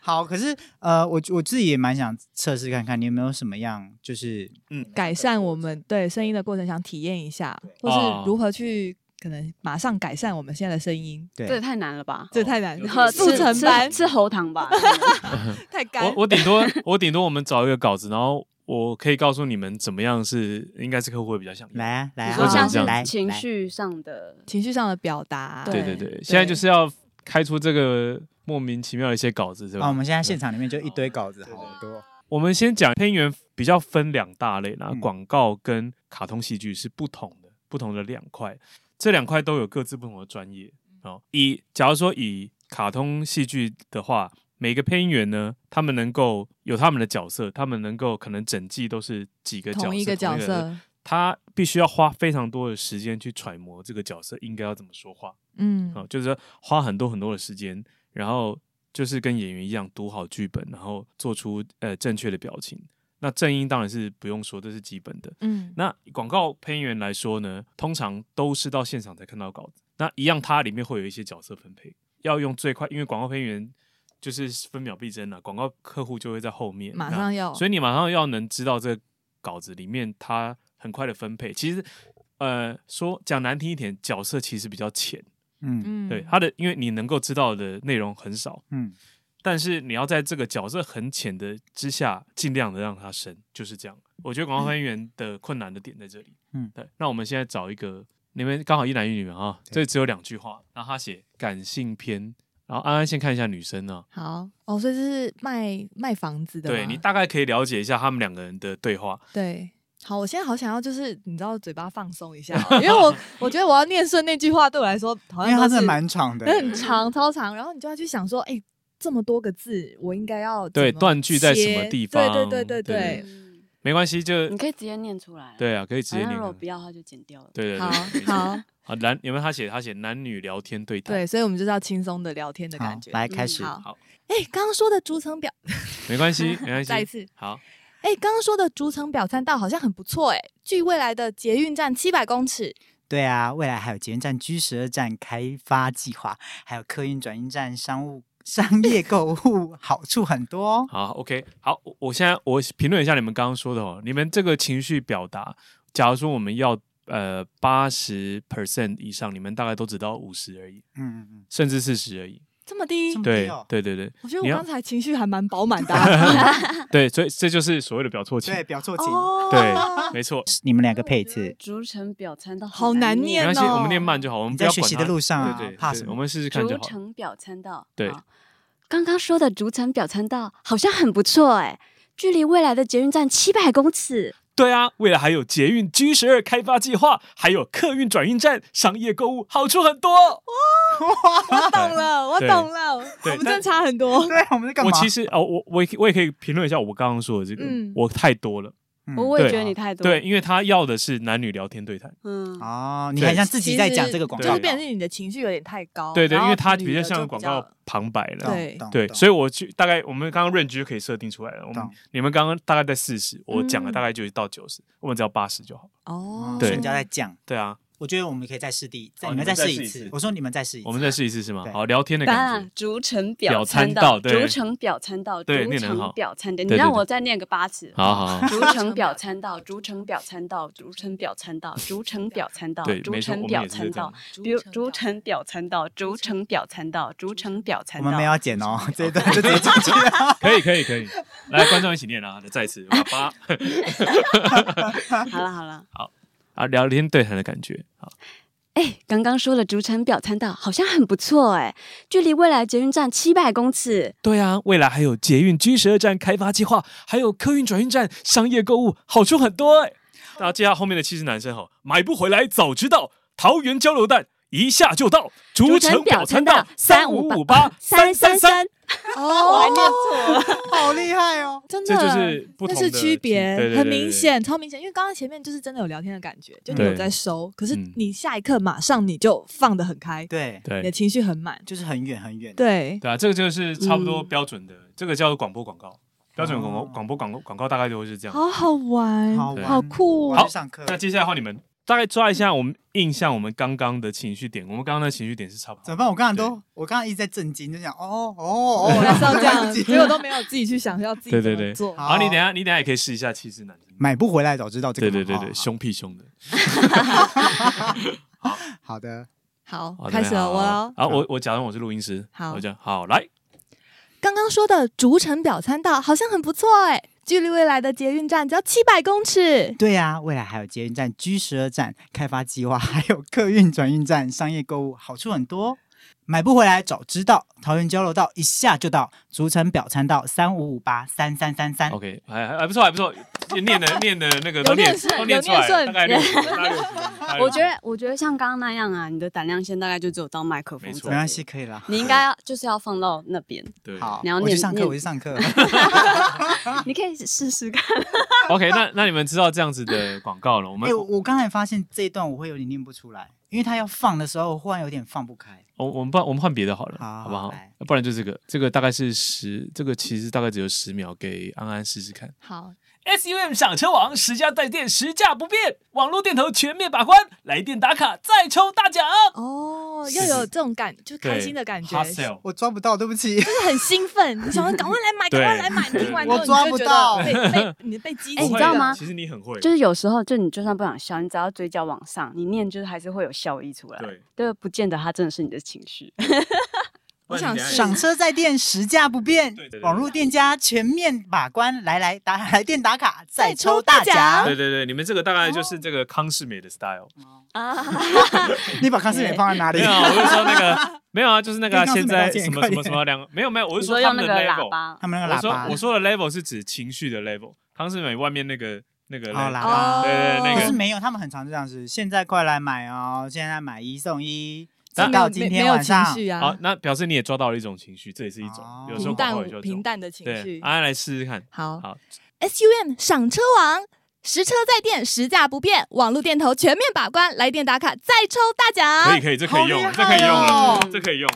Speaker 2: 好，可是呃，我我自己也蛮想测试看看，你有没有什么样就是
Speaker 1: 改善我们对声音的过程，想体验一下，或
Speaker 3: 哦
Speaker 1: 是如何去可能马上改善我们现在的声音，
Speaker 5: 这也
Speaker 2: 对
Speaker 5: 太难了吧？
Speaker 3: 哦
Speaker 1: 这太难了。
Speaker 5: 喝
Speaker 1: 速
Speaker 5: 吃
Speaker 1: 成班
Speaker 5: 吃吃喉糖吧，真的
Speaker 1: 太干
Speaker 3: 我，我顶多 我顶多我们找一个稿子，然后我可以告诉你们怎么样是应该是客户会比较想要
Speaker 2: 来啊来
Speaker 5: 你
Speaker 2: 啊，
Speaker 5: 说
Speaker 3: 我只能
Speaker 5: 像
Speaker 3: 这样
Speaker 5: 是
Speaker 2: 来
Speaker 5: 情绪上的，
Speaker 1: 情绪上的表达。
Speaker 3: 对
Speaker 5: 对
Speaker 3: 对对，现在就是要开出这个莫名其妙的一些稿子，是吧？
Speaker 5: 哦
Speaker 2: 啊，我们现在现场里面就一
Speaker 3: 哦
Speaker 2: 堆稿子，好多。
Speaker 3: 我们先讲配音员比较分两大类啦
Speaker 2: 嗯，
Speaker 3: 广告跟卡通戏剧是不同的，不同的两块，这两块都有各自不同的专业
Speaker 1: 嗯
Speaker 3: 哦。以假如说以卡通戏剧的话，每个配音员呢，他们能够有他们的角色，他们能够可能整季都是几个角色，
Speaker 1: 同一个角色，
Speaker 3: 他必须要花非常多的时间去揣摩这个角色应该要怎么说话。
Speaker 1: 嗯
Speaker 3: 啊、就是说花很多很多的时间，然后就是跟演员一样读好剧本，然后做出呃正确的表情。那正音当然是不用说，这是基本的。
Speaker 1: 嗯
Speaker 3: 那广告配音员来说呢，通常都是到现场才看到稿子。那一样，它里面会有一些角色分配，要用最快，因为广告配音员就是分秒必争了、啊广告客户就会在后面，
Speaker 1: 马
Speaker 3: 那
Speaker 1: 上要
Speaker 3: 所以你马上要能知道这个稿子里面它很快的分配。其实，呃，说讲难听一点，角色其实比较浅。
Speaker 2: 嗯
Speaker 1: 嗯
Speaker 3: 对他的，因为你能够知道的内容很少，
Speaker 2: 嗯，
Speaker 3: 但是你要在这个角色很浅的之下，尽量的让它深，就是这样。我觉得广告分员的困难的点在这里。
Speaker 2: 嗯
Speaker 3: 对。那我们现在找一个，你们刚好一男一女嘛啊，这只有两句话，然后他写感性篇，然后安安先看一下女生啊，
Speaker 1: 好哦，所以这是卖卖房子的吗，
Speaker 3: 对你大概可以了解一下他们两个人的对话。
Speaker 1: 对。好，我现在好想要，就是你知道，嘴巴放松一下哦，因为我我觉得我要念顺那句话对我来说好
Speaker 2: 因
Speaker 1: 像
Speaker 2: 为它
Speaker 1: 都
Speaker 2: 真
Speaker 1: 是
Speaker 2: 的蛮长 的，
Speaker 1: 那很长，超长。然后你就要去想说，哎、这么多个字，我应该要
Speaker 3: 对
Speaker 1: 怎么
Speaker 3: 断句在什么
Speaker 1: 切
Speaker 3: 地
Speaker 1: 对
Speaker 3: 方
Speaker 1: 对对对
Speaker 3: 对
Speaker 1: 对，
Speaker 3: 没关系，就
Speaker 5: 你可以直接念出来啊。
Speaker 3: 对啊，可以直接
Speaker 5: 反正
Speaker 3: 念
Speaker 5: 如
Speaker 3: 啊。
Speaker 5: 果不要，他就剪掉了。
Speaker 3: 对对
Speaker 1: 好
Speaker 3: 对，
Speaker 1: 好
Speaker 3: 啊男，因为他写他写男女聊天对谈，
Speaker 1: 对，所以我们就是要轻松的聊天的
Speaker 2: 好
Speaker 1: 感觉。
Speaker 2: 来
Speaker 5: 嗯
Speaker 2: 开始。
Speaker 1: 好
Speaker 3: 好，
Speaker 1: 哎、刚刚说的逐层表，
Speaker 3: 没 关系，没关系。
Speaker 1: 再一次，
Speaker 3: 好，
Speaker 1: 哎、刚刚说的逐层表参道好像很不错、哎，距未来的捷运站七百公尺，
Speaker 2: 对啊，未来还有捷运站 G 十二站开发计划，还有客运转运站商务商业购物，好处很多哦。
Speaker 3: 好，OK，好，我我现在我评论一下你们刚刚说的哦，你们这个情绪表达，假如说我们要呃八十 percent 以上，你们大概都只到五十而已，
Speaker 2: 嗯嗯
Speaker 3: 甚至四十而已。
Speaker 1: 这么低
Speaker 2: 这。么低
Speaker 3: 对
Speaker 2: 哦，
Speaker 3: 对 对对
Speaker 1: 我觉得
Speaker 3: 你
Speaker 1: 我
Speaker 3: 要
Speaker 1: 刚才情绪还蛮饱满的啊、
Speaker 3: 对，所以这就是所谓的表错情
Speaker 2: 对，。表错情。
Speaker 1: 哦，
Speaker 3: 对，没 错，
Speaker 2: 你们两个配一次。
Speaker 5: 逐层表参道
Speaker 1: 好难
Speaker 3: 没
Speaker 1: 念
Speaker 3: 关系，
Speaker 1: 哦
Speaker 3: 我们念慢就好，我们
Speaker 2: 你
Speaker 3: 不
Speaker 2: 在
Speaker 3: 要
Speaker 2: 学
Speaker 3: 管
Speaker 2: 习的
Speaker 3: 它
Speaker 2: 路上啊
Speaker 3: 对对，
Speaker 2: 怕
Speaker 3: 对
Speaker 2: 什么
Speaker 3: 我们试试看
Speaker 5: 逐
Speaker 3: 就好。
Speaker 5: 层表参道。
Speaker 3: 对
Speaker 5: 好，刚刚说的逐层表参道好像很不错哎，距离未来的捷运站七百公尺。
Speaker 3: 对啊，未来还有捷运 G 十二开发计划，还有客运转运站、商业购物，好处很多。
Speaker 1: 我懂了，我
Speaker 3: 对
Speaker 1: 懂了，我
Speaker 3: 对
Speaker 1: 们真的
Speaker 3: 但
Speaker 1: 差很多。
Speaker 2: 对，我们在干嘛？
Speaker 3: 我其实哦，我我也我也可以评论一下我刚刚说的这个，
Speaker 1: 嗯
Speaker 3: 我太多了。
Speaker 2: 嗯
Speaker 5: 我我也
Speaker 3: 对啊
Speaker 5: 觉得你太多。
Speaker 3: 对，，啊因为他要的是男女聊天对谈，
Speaker 5: 嗯，
Speaker 2: 哦，你
Speaker 3: 对
Speaker 2: 很像自己在讲
Speaker 1: 其实
Speaker 2: 这个广
Speaker 1: 就
Speaker 2: 告
Speaker 1: 是
Speaker 2: 稿，
Speaker 1: 变成是你的情绪有点太高。
Speaker 3: 对对，
Speaker 1: 然
Speaker 3: 因
Speaker 1: 后
Speaker 3: 为他
Speaker 1: 女
Speaker 3: 比较
Speaker 1: 的
Speaker 3: 像
Speaker 1: 就
Speaker 3: 广
Speaker 1: 比较
Speaker 3: 告旁白了
Speaker 1: 懂。
Speaker 3: 对，所
Speaker 2: 以
Speaker 3: 以我去大概我们刚刚润局可以设定出来了。我们
Speaker 2: 懂
Speaker 3: 你们刚刚大概在四十，我讲
Speaker 1: 嗯
Speaker 3: 了大概就到九十，我们只要八十就好。
Speaker 1: 哦，
Speaker 2: 所以
Speaker 3: 嗯对
Speaker 2: 你就要再讲。
Speaker 3: 对啊，
Speaker 2: 我觉得我们可以再试第，再
Speaker 3: 哦
Speaker 2: 你们
Speaker 3: 你们再
Speaker 2: 试
Speaker 3: 试
Speaker 2: 一
Speaker 3: 一
Speaker 2: 次
Speaker 3: 次。
Speaker 2: 我说你们再试一次，
Speaker 3: 我们再试一次是吗
Speaker 2: 对？
Speaker 3: 好，聊天的感
Speaker 5: 啊
Speaker 3: 觉，。
Speaker 5: 逐层
Speaker 3: 表
Speaker 5: 表参
Speaker 3: 参
Speaker 5: 道，
Speaker 3: 道对
Speaker 5: 逐层表参 道，
Speaker 3: 对
Speaker 5: 逐
Speaker 3: 念得很
Speaker 5: 层
Speaker 3: 好
Speaker 5: 表参道。你
Speaker 3: 对对
Speaker 5: 让
Speaker 3: 对
Speaker 5: 我再念个八次。
Speaker 3: 好好 好，
Speaker 5: 逐层表参道，逐层表参道，逐层表参道，逐层表参道，
Speaker 3: 对，
Speaker 5: 逐
Speaker 3: 没错，我
Speaker 5: 层
Speaker 3: 们
Speaker 5: 表
Speaker 3: 也是
Speaker 5: 参
Speaker 3: 这
Speaker 5: 道
Speaker 3: 样。。
Speaker 5: 比如逐层表参道，逐层表参道，逐层表参
Speaker 2: 我
Speaker 5: 道。
Speaker 2: 们没有要剪哦，这一段就直 接进去了。
Speaker 3: 可以可以可以，来观众一起念啊，再一次，我 八
Speaker 5: 好了好了，
Speaker 3: 啊，聊天对谈的感觉。好，
Speaker 5: 哎，刚刚说的逐层表参道好像很不错哎，距离未来捷运站七百公尺。
Speaker 3: 对啊，未来还有捷运 G 十二站开发计划，还有客运转运站、商业购物，好处很多哎、那接下来后面的七十男生吼，买不回来早知道，桃园交流蛋一下就到，
Speaker 5: 逐
Speaker 3: 竹
Speaker 5: 层
Speaker 3: 城
Speaker 5: 表
Speaker 3: 表
Speaker 5: 参
Speaker 3: 参
Speaker 5: 道
Speaker 3: 道
Speaker 5: 三
Speaker 3: 三
Speaker 5: 五
Speaker 3: 五
Speaker 5: 五
Speaker 3: 五
Speaker 5: 八
Speaker 3: 八三
Speaker 5: 三三
Speaker 3: 三
Speaker 5: 三
Speaker 3: 三，
Speaker 5: 我还
Speaker 1: 哦，
Speaker 5: 念错 了。
Speaker 2: 好厉害哦！
Speaker 1: 真的，
Speaker 3: 这就是不
Speaker 1: 那
Speaker 3: 同
Speaker 1: 是
Speaker 3: 的
Speaker 1: 区
Speaker 3: 情对对
Speaker 1: 别，
Speaker 3: 对
Speaker 1: 很
Speaker 3: 对
Speaker 1: 明
Speaker 3: 对
Speaker 1: 显，超明显。因为刚刚前面就是真的有聊天的感觉，就你有
Speaker 3: 对
Speaker 1: 在收，可是
Speaker 3: 嗯
Speaker 1: 你下一刻马上你就放得很开，
Speaker 2: 对，
Speaker 1: 你的
Speaker 3: 对
Speaker 1: 情绪很满。
Speaker 2: 就是很远很远。
Speaker 1: 对，
Speaker 3: 对啊，这个就是差不多标准的，这个叫做广播广告，标准广播
Speaker 2: 哦
Speaker 3: 广播广告广告大概就会是这样。
Speaker 1: 好好玩，
Speaker 2: 好玩
Speaker 1: 好酷
Speaker 2: 我
Speaker 1: 哦
Speaker 2: 去。上课，
Speaker 3: 那接下来换你们，大概抓一下我们印象我们刚刚的情绪点，我们刚刚的情绪点是差不
Speaker 2: 怎么。
Speaker 3: 多
Speaker 2: 办？我刚刚都，我刚刚一直在震惊，就想哦 哦哦，
Speaker 1: 我那时候这
Speaker 2: 然后
Speaker 1: 样，
Speaker 2: 自己
Speaker 1: 结果都没有自己去想要自己
Speaker 3: 对
Speaker 1: 怎
Speaker 3: 对
Speaker 1: 么
Speaker 3: 对
Speaker 1: 做。
Speaker 2: 好
Speaker 3: 啊好，你等一下你等一下也可以试一下七十男生。
Speaker 2: 买不回来，早知道这
Speaker 3: 对
Speaker 2: 个嘛。
Speaker 3: 对
Speaker 2: 哦
Speaker 3: 对
Speaker 2: 好
Speaker 3: 对，
Speaker 2: 好
Speaker 3: 凶屁凶的。
Speaker 2: 好的，
Speaker 1: 好
Speaker 3: 好，
Speaker 1: 开始了，我喽。
Speaker 3: 啊，我我假装我是录音师，
Speaker 1: 好
Speaker 3: 我讲哎好来，
Speaker 1: 刚刚说的竹城表参道好像很不错哎，距离未来的捷运站只要七百公尺。
Speaker 2: 对呀、未来还有捷运站 G 十二站开发计划，还有客运转运站商业购物，好处很多。买不回来早知道，桃园交流道一下就到，竹城表参道三五五八三三三三。
Speaker 3: OK，还哎还还不错，还不错，念的念的那个都
Speaker 1: 有念
Speaker 3: 念
Speaker 1: 顺
Speaker 3: 都念
Speaker 1: 有
Speaker 3: 出来
Speaker 1: 念顺
Speaker 3: 了，大概 六十分大概六十分大概
Speaker 5: 我
Speaker 3: 六十
Speaker 5: 觉得，我觉得像刚刚那样啊，你的胆量线大概就只有到麦克风
Speaker 3: 没
Speaker 5: 这
Speaker 3: 错
Speaker 2: 没关系，
Speaker 5: 里
Speaker 2: 可以啦。
Speaker 5: 你应该要就是要放到那边，
Speaker 3: 对
Speaker 2: 好，
Speaker 5: 你要
Speaker 2: 我去
Speaker 5: 念
Speaker 2: 上课，
Speaker 5: 念
Speaker 2: 我去上 课。
Speaker 5: 你可以试试看。
Speaker 3: OK，那那你们知道这样子的广告了？我
Speaker 2: 哎、
Speaker 3: 们
Speaker 2: 我我刚才发现这一段我会有点念不出来，因为他要放的时候，忽然有点放不开。
Speaker 3: 我我们换我们换别的好了，
Speaker 2: 好
Speaker 3: 好不好
Speaker 2: 来？
Speaker 3: 不然就这个，这个大概是十，这个其实大概只有十秒，给安安试试看。
Speaker 1: 好，
Speaker 3: SUM 赏车网十家带电，十价不变，网络店头全面把关，来电打卡再抽大奖。
Speaker 1: 哦，要有这种感，就开心的感觉，
Speaker 3: Hot
Speaker 1: 就
Speaker 3: sale
Speaker 2: 我抓不到，对不起。
Speaker 1: 是很兴奋，你想要赶快来买，
Speaker 3: 对
Speaker 1: 赶快来买，你听完之后
Speaker 2: 我抓
Speaker 1: 你就
Speaker 2: 不
Speaker 1: 觉
Speaker 2: 到
Speaker 1: 得被被 你被激起，
Speaker 5: 哎你知道吗
Speaker 3: 其实你很会，
Speaker 5: 就是有时候，就你就算不想笑，你只要嘴角往上，你念就是还是会有笑意出来。
Speaker 3: 对，
Speaker 5: 对，不见得它真的是你的情绪。
Speaker 1: 我想
Speaker 3: 不然你等一下
Speaker 1: 是
Speaker 2: 赏车在店，实价不变
Speaker 3: 对对对，
Speaker 2: 网络店家全面把关，来来打 来电打卡，再
Speaker 1: 抽
Speaker 2: 抽
Speaker 1: 大
Speaker 2: 大奖
Speaker 1: 奖。
Speaker 3: 对对对，你们这个大概就是这个康世美的 style。
Speaker 2: 哦
Speaker 5: 啊
Speaker 2: 你把康世美放在哪里
Speaker 3: 没？有啊，我是说那个没有啊，就是那个啊
Speaker 2: 跟康世
Speaker 3: 现
Speaker 2: 美
Speaker 3: 在
Speaker 2: 道歉
Speaker 3: 什么
Speaker 2: 快
Speaker 3: 什么什
Speaker 2: 点
Speaker 3: 么两没有没有，我
Speaker 5: 你
Speaker 3: 是
Speaker 5: 说
Speaker 3: 他
Speaker 5: 用
Speaker 3: 们
Speaker 5: 那
Speaker 3: 的
Speaker 5: 个
Speaker 3: level
Speaker 5: 喇。叭
Speaker 2: 他们那个
Speaker 3: 我
Speaker 2: 喇叭，
Speaker 3: 说我说的 level 是指情绪的 level，康世美外面那个那个 level
Speaker 2: 哦喇
Speaker 1: 哦
Speaker 2: 叭。
Speaker 3: 对对对那
Speaker 2: 可
Speaker 3: 个
Speaker 2: 是没有，他们很常这样子。现在快来买哦，现在买一送一，
Speaker 1: 这
Speaker 2: 直
Speaker 1: 没有
Speaker 2: 到今
Speaker 1: 没
Speaker 2: 天
Speaker 1: 没有
Speaker 2: 晚
Speaker 1: 情
Speaker 2: 上。
Speaker 1: 绪
Speaker 3: 好
Speaker 1: 啊，，
Speaker 3: 那表示你也抓到了一种情绪，这也是一种
Speaker 2: 哦，
Speaker 3: 有时
Speaker 1: 平
Speaker 3: 候广告也
Speaker 1: 淡
Speaker 3: 就
Speaker 1: 平淡的情
Speaker 3: 对，啊
Speaker 1: 绪。
Speaker 3: 安安来试试看。
Speaker 1: 好
Speaker 3: 好，
Speaker 1: ，SUM 赏车王，实车在店，实价不变，网络店头全面把关，来电打卡再抽大
Speaker 3: 可以
Speaker 1: 奖。
Speaker 3: 可以，这可以用
Speaker 2: 啊好
Speaker 3: 了，
Speaker 2: 厉
Speaker 3: 这可以用
Speaker 2: 害
Speaker 3: 了
Speaker 2: 哦，
Speaker 3: 这可以用。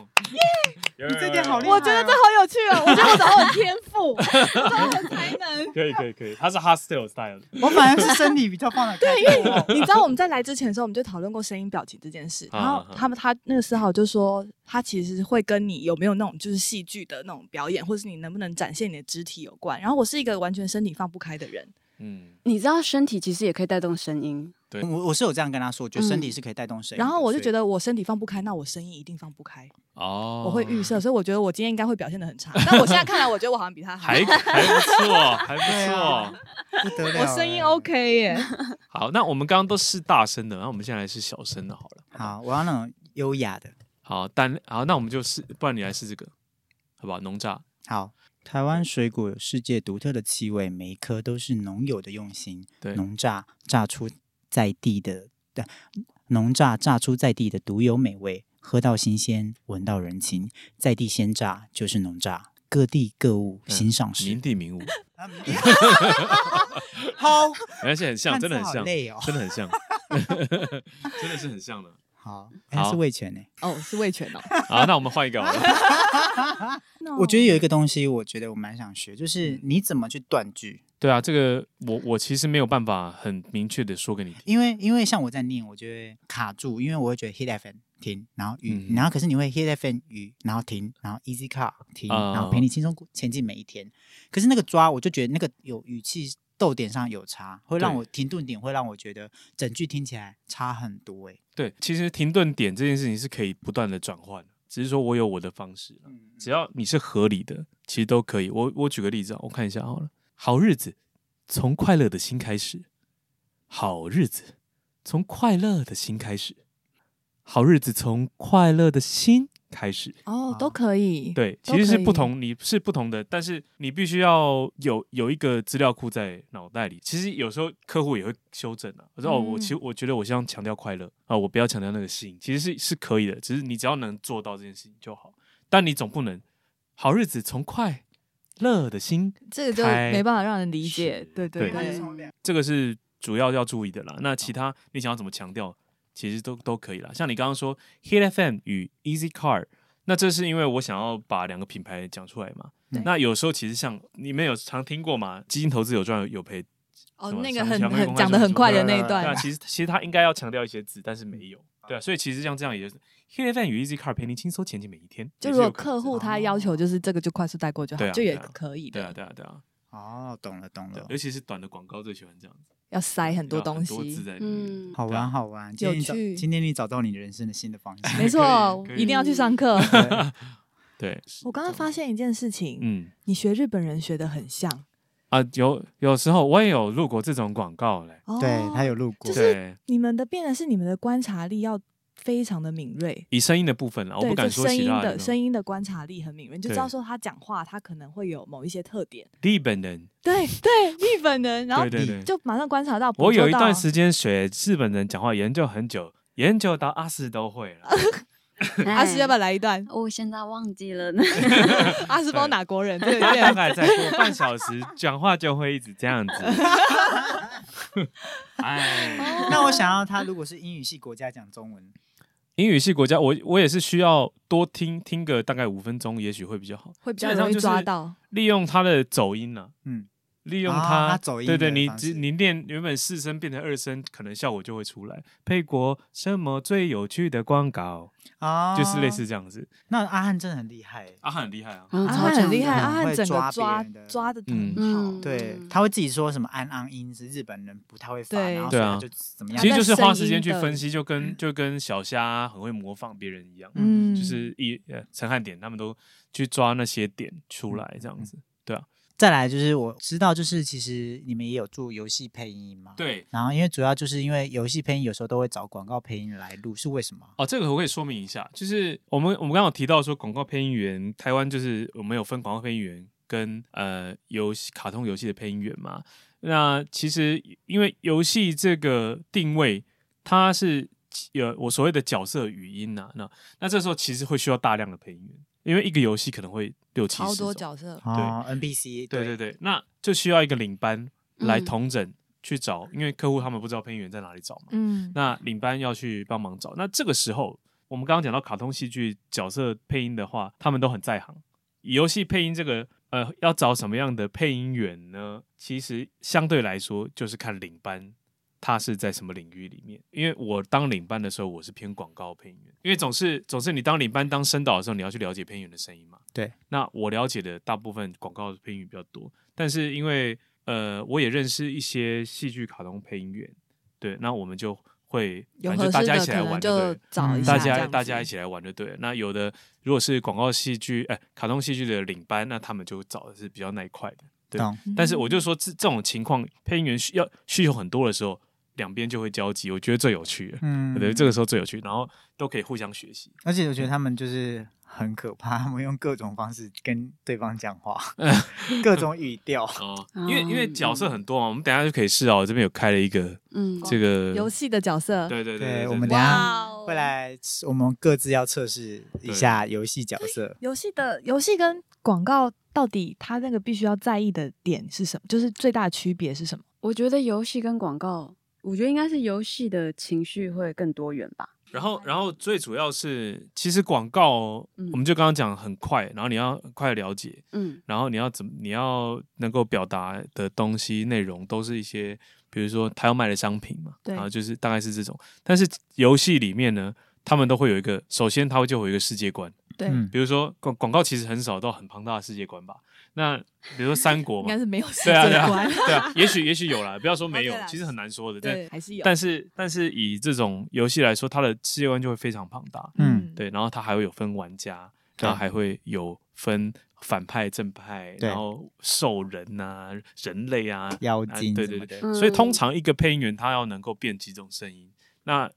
Speaker 3: 耶，
Speaker 2: 你这点好厉害啊
Speaker 1: 我觉得这好有趣 哦，我觉得我找到我天赋，我找到我才能。
Speaker 3: 可以可以可以，它是 hostile style 的。
Speaker 2: 我反而是身体比较 放得开。
Speaker 1: 对，因为你知道我们在来之前的时候，我们就讨论过声音表情这件事。
Speaker 3: 啊
Speaker 1: 然后他们他那个四号就说，他其实会跟你有没有那种就是戏剧的那种表演，或是你能不能展现你的肢体有关。然后我是一个完全身体放不开的人，
Speaker 3: 嗯，
Speaker 5: 你知道身体其实也可以带动声音，
Speaker 3: 对
Speaker 2: 我嗯我是有这样跟他说，我觉得身体是可以带动声音的。
Speaker 1: 然后我就觉
Speaker 2: 得
Speaker 1: 得我身体放不开，那我声音一定放不开，
Speaker 3: 哦，
Speaker 1: 我会预设，所以我觉得我今天应该会表现的很 差。但我现在看来，我觉得我好像比他还
Speaker 3: 哦还啊还不错，还不
Speaker 2: 对啊
Speaker 3: 错。
Speaker 2: 不得 了哎
Speaker 1: 我
Speaker 2: 了，
Speaker 1: 声音 OK 耶，
Speaker 3: 好，那我们刚刚都是大声的，那我们现在来试小声的，好了。
Speaker 2: 好，我要那种优雅的。
Speaker 3: 好，但好，那我们就试，不然你来试这个，好不好？农炸，
Speaker 2: 好，台湾水果有世界独特的气味，每一颗都是农友的用心，
Speaker 3: 对
Speaker 2: 农榨榨出在地的，呃对，农榨榨出在地的独有美味，喝到新鲜，闻到人情，在地鲜榨就是农榨，各地各物
Speaker 3: 嗯
Speaker 2: 欣赏
Speaker 3: 鸣
Speaker 2: 时。
Speaker 3: 地鸣舞，
Speaker 2: 啊明好，
Speaker 3: 而且很像，
Speaker 2: 汉字
Speaker 3: 真的很
Speaker 2: 好
Speaker 3: 像，
Speaker 2: 累哦
Speaker 3: 真的很 像，真的是很像的。
Speaker 2: 好，它
Speaker 3: 好
Speaker 2: 是味全呢、
Speaker 1: 哦，是味全哦。
Speaker 3: 好，那我们换一个好了。
Speaker 2: 我觉得有一个东西，我觉得我蛮想学，就是你怎么去断句。
Speaker 3: 对啊，这个我我其实没有办法很明确的说给你听。
Speaker 2: 因为因为像我在念，我就会卡住，因为我会觉得 hit FM 停，然后雨，
Speaker 3: 嗯
Speaker 2: 然后可是你会 hit FM 雨，然后停，然后 easy car 停，
Speaker 3: 啊
Speaker 2: 然后陪你轻松前进每一天。可是那个抓，我就觉得那个有语气逗点上有差，会让
Speaker 3: 对
Speaker 2: 我停顿点会让我觉得整句听起来差很多哎、
Speaker 3: 对，其实停顿点这件事情是可以不断的转换的，只是说我有我的方式啦，只要你是合理的，其实都可以。我我举个例子啊，我看一下好了。好日子从快乐的心开始，好日子从快乐的心开始，好日子从快乐的心开始。
Speaker 1: 哦，都可以，
Speaker 3: 啊对，
Speaker 1: 都
Speaker 3: 其实是
Speaker 1: 可以
Speaker 3: 不同，你是不同的，但是你必须要有有一个资料库在脑袋里。其实有时候客户也会修正啊，我说、哦，我
Speaker 1: 嗯
Speaker 3: 其实我觉得我希望强调快乐啊、我不要强调那个心，其实是是可以的，只是你只要能做到这件事情就好。但你总不能好日子从快乐的心，
Speaker 1: 这个就
Speaker 3: 开
Speaker 1: 没办法让人理解
Speaker 3: 始，
Speaker 1: 对
Speaker 3: 对
Speaker 1: 对。
Speaker 3: 这个是主要要注意的啦。那其他你想要怎么强调，其实都都可以啦。像你刚刚说 Hit FM 与 Easy Car，那这是因为我想要把两个品牌讲出来嘛
Speaker 1: 对。
Speaker 3: 那有时候其实像你们有常听过嘛，基金投资有赚有赔，
Speaker 1: 哦
Speaker 3: 什，么
Speaker 1: 那个
Speaker 3: 想
Speaker 1: 很
Speaker 3: 想
Speaker 1: 很
Speaker 3: 公开
Speaker 1: 讲的
Speaker 3: 什么
Speaker 1: 很快的
Speaker 2: 什么
Speaker 1: 那一
Speaker 2: 对
Speaker 1: 段 嗯
Speaker 3: 对啊，，其实其实他应该要强调一些字，但是没有。对啊，所以其实像这样也是 Hit FM 与 Easy Car 陪您轻松前进每一天。
Speaker 1: 就
Speaker 3: 也
Speaker 1: 如
Speaker 3: 是
Speaker 1: 果
Speaker 3: 有可能
Speaker 1: 客户他要求就是这个就快速带过就好，
Speaker 3: 对啊
Speaker 1: 就也
Speaker 3: 对啊
Speaker 1: 可以
Speaker 3: 对啊
Speaker 1: 的，
Speaker 3: 对啊对啊，
Speaker 2: 哦，懂了懂
Speaker 3: 对
Speaker 2: 了，
Speaker 3: 尤其是短的广告最喜欢这样子，
Speaker 1: 要塞嗯很多
Speaker 3: 要
Speaker 1: 东
Speaker 3: 啊多字
Speaker 1: 西。
Speaker 3: 在里 面。
Speaker 5: 嗯，
Speaker 2: 好
Speaker 3: 对啊
Speaker 2: 玩好玩，今天你找
Speaker 1: 有趣
Speaker 2: 今天你找到你人生的新的方向，
Speaker 1: 没错
Speaker 3: 可以，可以
Speaker 1: 一定要去上 课。
Speaker 2: 对
Speaker 3: 对，
Speaker 1: 我刚刚发现一件事情，
Speaker 3: 嗯。
Speaker 1: 你学日本人学的很像
Speaker 3: 啊，有有时候我也有录过这种广告嘞。
Speaker 1: 哦。
Speaker 2: 对他有路过，
Speaker 1: 就
Speaker 3: 对
Speaker 1: 是你们的变的是你们的观察力要非常的敏锐。
Speaker 3: 以声音的部分啦，我
Speaker 1: 对，
Speaker 3: 哦不
Speaker 1: 就
Speaker 3: 敢说
Speaker 1: 声
Speaker 3: 其
Speaker 1: 音
Speaker 3: 他有
Speaker 1: 的
Speaker 3: 没有
Speaker 1: 声音的观察力很敏锐，你就知
Speaker 3: 对
Speaker 1: 道说他讲话，他可能会有某一些特点。
Speaker 3: 日本人，
Speaker 1: 对对，日本人，然后
Speaker 3: 对对对，
Speaker 1: 就马上观察到。捕
Speaker 3: 我有
Speaker 1: 捉
Speaker 3: 一
Speaker 1: 到
Speaker 3: 段时间学日本人讲话研究很久，研究到阿四都会 了。
Speaker 1: 阿石要不要来一段？
Speaker 5: 我哦现在忘记了呢。
Speaker 1: 阿石不知道哪国人， 这有
Speaker 3: 他大
Speaker 1: 点
Speaker 3: 概再过半小时，讲话就会一直这样子。哎，
Speaker 2: 那我想要他如果是英语系国家讲中文，
Speaker 3: 英语系国家，我我也是需要多听听个大概五分钟，也许会比较好。
Speaker 1: 会比
Speaker 3: 基
Speaker 1: 较
Speaker 3: 本
Speaker 1: 容
Speaker 3: 上
Speaker 1: 易
Speaker 3: 就是
Speaker 1: 抓到。
Speaker 3: 利用它的走音呢、
Speaker 2: 嗯，
Speaker 3: 利用
Speaker 2: 啊
Speaker 3: 它,、
Speaker 2: 它走音
Speaker 3: 对对，
Speaker 2: 的
Speaker 3: 你
Speaker 2: 方
Speaker 3: 只
Speaker 2: 式
Speaker 3: 你练原本四声变成二声，可能效果就会出来。配国什么最有趣的广告，
Speaker 2: 啊，
Speaker 3: 就是类似。这样子。
Speaker 2: 那阿汉真的很厉害，欸
Speaker 3: 阿汉很厉害
Speaker 2: 嗯
Speaker 3: 啊，
Speaker 5: 啊
Speaker 1: 阿汉嗯很厉害，阿汉
Speaker 2: 会
Speaker 1: 整个
Speaker 2: 抓
Speaker 1: 抓
Speaker 2: 别人的
Speaker 1: 抓的
Speaker 3: 嗯
Speaker 1: 很好
Speaker 5: 嗯。
Speaker 2: 对
Speaker 5: 嗯，
Speaker 2: 他会自己说什么安昂音是日本人不太会发，
Speaker 1: 对
Speaker 2: 然后所以
Speaker 3: 对啊
Speaker 2: 他就怎么样
Speaker 3: 其实
Speaker 1: 在
Speaker 3: 就是花时
Speaker 1: 声
Speaker 3: 间
Speaker 1: 音
Speaker 3: 去
Speaker 1: 的
Speaker 3: 分析，就跟就跟小虾很会模仿别人一样，
Speaker 1: 嗯，
Speaker 3: 就是一呃陈汉典他们都去抓那些点出来，
Speaker 2: 嗯
Speaker 3: 这样子。
Speaker 2: 再来就是我知道，就是其实你们也有做游戏配音嘛？。
Speaker 3: 对，
Speaker 2: 然后因为主要就是因为游戏配音有时候都会找广告配音来录，是为什么？
Speaker 3: 哦，这个我可以说明一下，就是我们我们刚刚有提到说广告配音员，台湾就是我们有分广告配音员跟呃游戏卡通游戏的配音员嘛。那其实因为游戏这个定位，它是有我所谓的角色语音呐、那那这时候其实会需要大量的配音员，因为一个游戏可能会六七
Speaker 1: 超
Speaker 3: 十
Speaker 1: 多
Speaker 3: 种
Speaker 1: 角色，
Speaker 2: 哦，NPC，
Speaker 3: 对对对，那就需要一个领班来
Speaker 5: 嗯
Speaker 3: 同整去找，因为客户他们不知道配音员在哪里找嘛。
Speaker 1: 嗯，
Speaker 3: 那领班要去帮忙找。那这个时候，我们刚刚讲到卡通戏剧角色配音的话，他们都很在行。以游戏配音这个，呃，要找什么样的配音员呢？其实相对来说，就是看领班他是在什么领域里面。因为我当领班的时候，我是偏广告配音员，因为总是总是你当领班当声导的时候，你要去了解配音员的声音嘛。
Speaker 2: 对。
Speaker 3: 那我了解的大部分广告配音员比较多，但是因为呃，我也认识一些戏剧卡通配音员，对，那我们就会
Speaker 1: 有
Speaker 3: 反
Speaker 1: 合
Speaker 3: 正就大
Speaker 1: 适
Speaker 3: 家一
Speaker 1: 的
Speaker 3: 起
Speaker 1: 可
Speaker 3: 来
Speaker 1: 能
Speaker 3: 玩，对
Speaker 1: 就
Speaker 3: 了。
Speaker 1: 找一
Speaker 2: 嗯
Speaker 1: 下
Speaker 3: 大
Speaker 1: 这样
Speaker 3: 家
Speaker 1: 子，
Speaker 3: 大家一起来玩就对了。那有的如果是广告戏剧，哎、卡通戏剧的领班，那他们就找的是比较那一块的。对
Speaker 2: 懂。
Speaker 3: 但
Speaker 1: 嗯
Speaker 3: 是我就说这这种情况，配音员需要需求很多的时候，两边就会交集，我觉得最有趣了。
Speaker 2: 嗯
Speaker 3: 对，这个时候最有趣，然后都可以互相学习。
Speaker 2: 而且我觉得他们就是很可怕，他们用各种方式跟对方讲 话，各种语调。
Speaker 3: 哦，
Speaker 5: 哦
Speaker 3: 因为因为角色很多嘛，我们等一下就可以试哦。我这边有开了一个
Speaker 5: 嗯，
Speaker 3: 这个，
Speaker 1: 游戏的角色，
Speaker 3: 对对
Speaker 2: 对
Speaker 3: 对，
Speaker 2: 我们等一下
Speaker 1: 哇哦，
Speaker 2: 未来我们各自要测试一下游戏角色。
Speaker 1: 游戏的游戏跟广告到底它那个必须要在意的点是什么？就是最大的区别是什么？
Speaker 5: 我觉得游戏跟广告，我觉得应该是游戏的情绪会更多元吧。
Speaker 3: 然后，然后最主要是，其实广告，
Speaker 5: 嗯
Speaker 3: 我们就刚刚讲很快，然后你要很快了解，
Speaker 5: 嗯
Speaker 3: 然后你要怎么，你要能够表达的东西内容都是一些，比如说他要卖的商品嘛，
Speaker 1: 对
Speaker 3: 然后就是大概是这种。但是游戏里面呢，他们都会有一个，首先他会就会有一个世界观，
Speaker 1: 对，
Speaker 2: 嗯
Speaker 3: 比如说广广告其实很少到很庞大的世界观吧。那比如说三国
Speaker 1: 应
Speaker 3: 嘛
Speaker 1: 该，是 没有世界
Speaker 3: 对啊对啊
Speaker 1: 观，
Speaker 3: 对 啊，也许也许有啦，不要说没有
Speaker 1: 哦对，啦
Speaker 3: 其实很难说的。但
Speaker 1: 对，还是有，
Speaker 3: 但是但是以这种游戏来说，它的世界观就会非常庞大。
Speaker 2: 嗯，
Speaker 3: 对，然后它还会有分玩家，
Speaker 2: 对
Speaker 3: 然后还会有分反派、正派，
Speaker 2: 对
Speaker 3: 然后兽人啊、人类啊，
Speaker 2: 妖
Speaker 3: 啊
Speaker 2: 精
Speaker 3: 对
Speaker 2: 什
Speaker 3: 对
Speaker 2: 么
Speaker 3: 对。
Speaker 5: 嗯
Speaker 3: 所以通常一个配音员他要能够变几种声音，那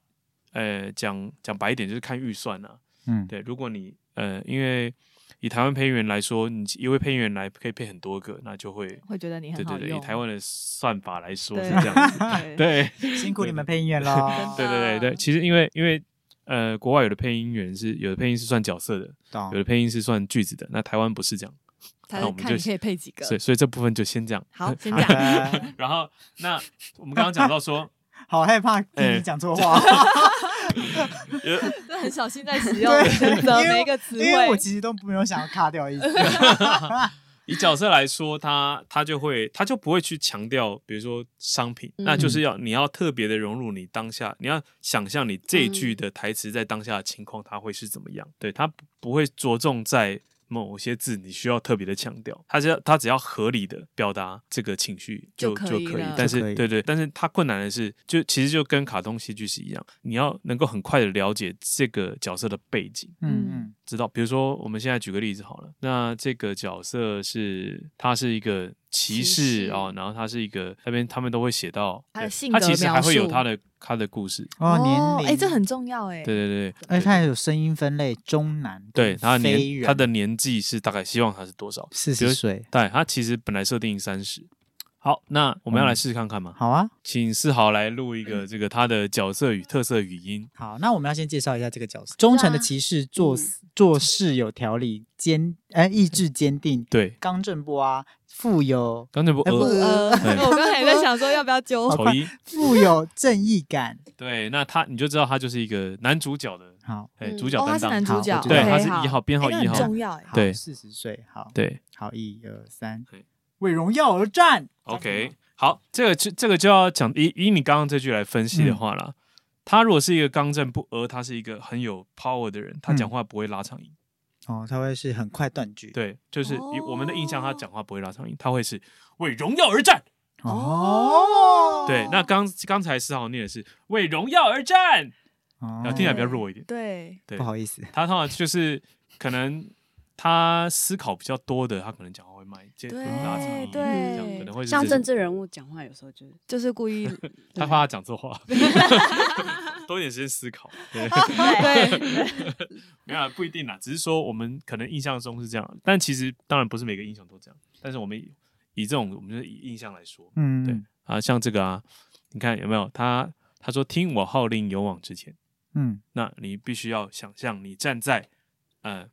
Speaker 3: 呃讲讲白一点就是看预算啊。
Speaker 2: 嗯，
Speaker 3: 对，如果你呃因为以台湾配音员来说，你一位配音员来可以配很多个，那就会
Speaker 1: 会觉得你
Speaker 3: 对
Speaker 1: 很好
Speaker 3: 对对，以
Speaker 1: 用。
Speaker 3: 台湾的算法来说
Speaker 1: 对
Speaker 3: 是 这样子。
Speaker 1: 对
Speaker 3: 对，
Speaker 2: 辛苦你们配音 员喽。
Speaker 3: 对对对对，
Speaker 1: 啊
Speaker 3: 其实因为因为呃，国外有的配音员是有的配音是算角色的，
Speaker 2: 懂
Speaker 3: 有的配音是算句子的，那台湾不是这样，
Speaker 1: 他
Speaker 3: 那
Speaker 1: 是
Speaker 3: 我们
Speaker 1: 看
Speaker 3: 就
Speaker 1: 你可以配几个
Speaker 3: 所。以所以这部分就先这样。
Speaker 1: 好，先
Speaker 2: 好
Speaker 1: 这样。
Speaker 2: 的，
Speaker 3: 然后那我们刚刚讲到说，
Speaker 2: 好害怕听
Speaker 3: 哎
Speaker 2: 你讲错 话，
Speaker 3: 有
Speaker 1: 就很小心在使用
Speaker 2: 对
Speaker 1: 选择
Speaker 2: 因为
Speaker 1: 每一个词
Speaker 2: 因
Speaker 1: 汇。
Speaker 2: 为我其实都没有想要卡掉的意思。
Speaker 3: 以角色来说，他他就会他就不会去强调，比如说商品，那
Speaker 1: 嗯
Speaker 3: 就是要你要特别的融入你当下，你要想象你这一句
Speaker 1: 嗯
Speaker 3: 的台词在当下的情况，它会是怎么样？对，他不不会着重在某些字你需要特别的强调，他只要他只要合理的表达这个情绪就
Speaker 1: 就可
Speaker 3: 就
Speaker 1: 以
Speaker 3: 可以
Speaker 1: 了。
Speaker 3: 但
Speaker 2: 就可
Speaker 3: 是
Speaker 2: 以
Speaker 3: 对对，但是它困难的是，就其实就跟卡通戏剧是一样，你要能够很快的了解这个角色的背景。
Speaker 2: 嗯
Speaker 3: 知道，比如说我们现在举个例子好了，那这个角色是他是一个歧
Speaker 5: 歧
Speaker 3: 视
Speaker 5: 视
Speaker 3: 哦，然后他是一个那边他们都会写到
Speaker 1: 他的
Speaker 3: 对
Speaker 1: 性
Speaker 3: 他
Speaker 1: 格
Speaker 3: 其实还
Speaker 1: 描
Speaker 3: 会有
Speaker 1: 述
Speaker 3: 他的他的故事，
Speaker 2: 哦，年龄，
Speaker 1: 哎、这很重要哎、
Speaker 3: 对对对，
Speaker 2: 而
Speaker 3: 对
Speaker 2: 且它还有声音分类，中男
Speaker 3: 对
Speaker 2: 跟
Speaker 3: 他的
Speaker 2: 非
Speaker 3: 年
Speaker 2: 人
Speaker 3: 他的年纪是大概希望他是多少？
Speaker 2: 四
Speaker 3: 比
Speaker 2: 十
Speaker 3: 如
Speaker 2: 岁，
Speaker 3: 对，他其实本来设定三十。好，那我们要来试试看看吗？
Speaker 2: 嗯好啊，
Speaker 3: 请世豪来录一个这个他的角色与特色语音。
Speaker 2: 好，那我们要先介绍一下这个角色，忠
Speaker 3: 啊
Speaker 2: 诚的骑士，
Speaker 3: 嗯
Speaker 2: 做事做事有条理，坚呃意志坚定，
Speaker 3: 对，
Speaker 2: 刚正不阿，富有
Speaker 3: 刚才不
Speaker 2: 哎不
Speaker 3: 呃
Speaker 1: 呃，
Speaker 3: 对
Speaker 1: 我刚才也在想说要不要揪
Speaker 2: 好
Speaker 3: 丑一，
Speaker 2: 富有正义感。
Speaker 3: 对，那他你就知道他就是一个男主角的，
Speaker 2: 好，
Speaker 3: 哎，
Speaker 5: 嗯
Speaker 3: 主角
Speaker 1: 哦，他
Speaker 3: 担
Speaker 1: 是
Speaker 3: 当，
Speaker 1: 男主
Speaker 2: 好
Speaker 1: 角，
Speaker 2: 我知
Speaker 3: 对，
Speaker 2: 道
Speaker 3: 他
Speaker 1: OK，
Speaker 3: 是
Speaker 1: 好
Speaker 3: 一号，编
Speaker 1: 哎
Speaker 3: 号
Speaker 1: 那
Speaker 3: 一
Speaker 1: 很
Speaker 3: 号，
Speaker 1: 重要哎、
Speaker 3: 对
Speaker 2: 四十岁，好，，
Speaker 3: 对
Speaker 2: 好，一二三
Speaker 3: 对，
Speaker 2: 为荣耀而战。
Speaker 3: ，OK，好，这个就这个就要讲以以你刚刚这句来分析的
Speaker 2: 嗯
Speaker 3: 话啦，他如果是一个刚正不阿，他是一个很有 power 的人，他讲话不会拉长音，
Speaker 2: 哦，他会是很快断句。，
Speaker 3: 对，就是以我们的印象，他
Speaker 1: 哦
Speaker 3: 讲话不会拉长音，他会是为荣耀而战，
Speaker 2: 哦，
Speaker 3: 对，那刚刚才思豪念的是为荣耀而战，然后听起来比较弱一点，
Speaker 1: 对，
Speaker 2: 哦
Speaker 3: 对
Speaker 2: 不，好意思，
Speaker 3: 他通常就是可能他思考比较多的，他可能讲话会慢一些，
Speaker 1: 对
Speaker 3: 拉长
Speaker 2: 哦
Speaker 3: 音
Speaker 1: 对
Speaker 3: 这样可能会是
Speaker 5: 像
Speaker 3: 这
Speaker 5: 政
Speaker 3: 种
Speaker 5: 治人物讲话有时候就是
Speaker 1: 就是故 意，
Speaker 3: 他怕他讲 错话，多一点时间思考。对，
Speaker 1: 对，
Speaker 3: 没有啊不一定啦，只是说我们可能印象中是这样，但其实当然不是每个印象都这样，但是我们以以这种我们就是以印象来说，
Speaker 2: 嗯，
Speaker 3: 对，啊，像这个啊，你看有没有他他说听我号令勇往直前。
Speaker 2: 嗯，
Speaker 3: 那你必须要想象你站在，呃，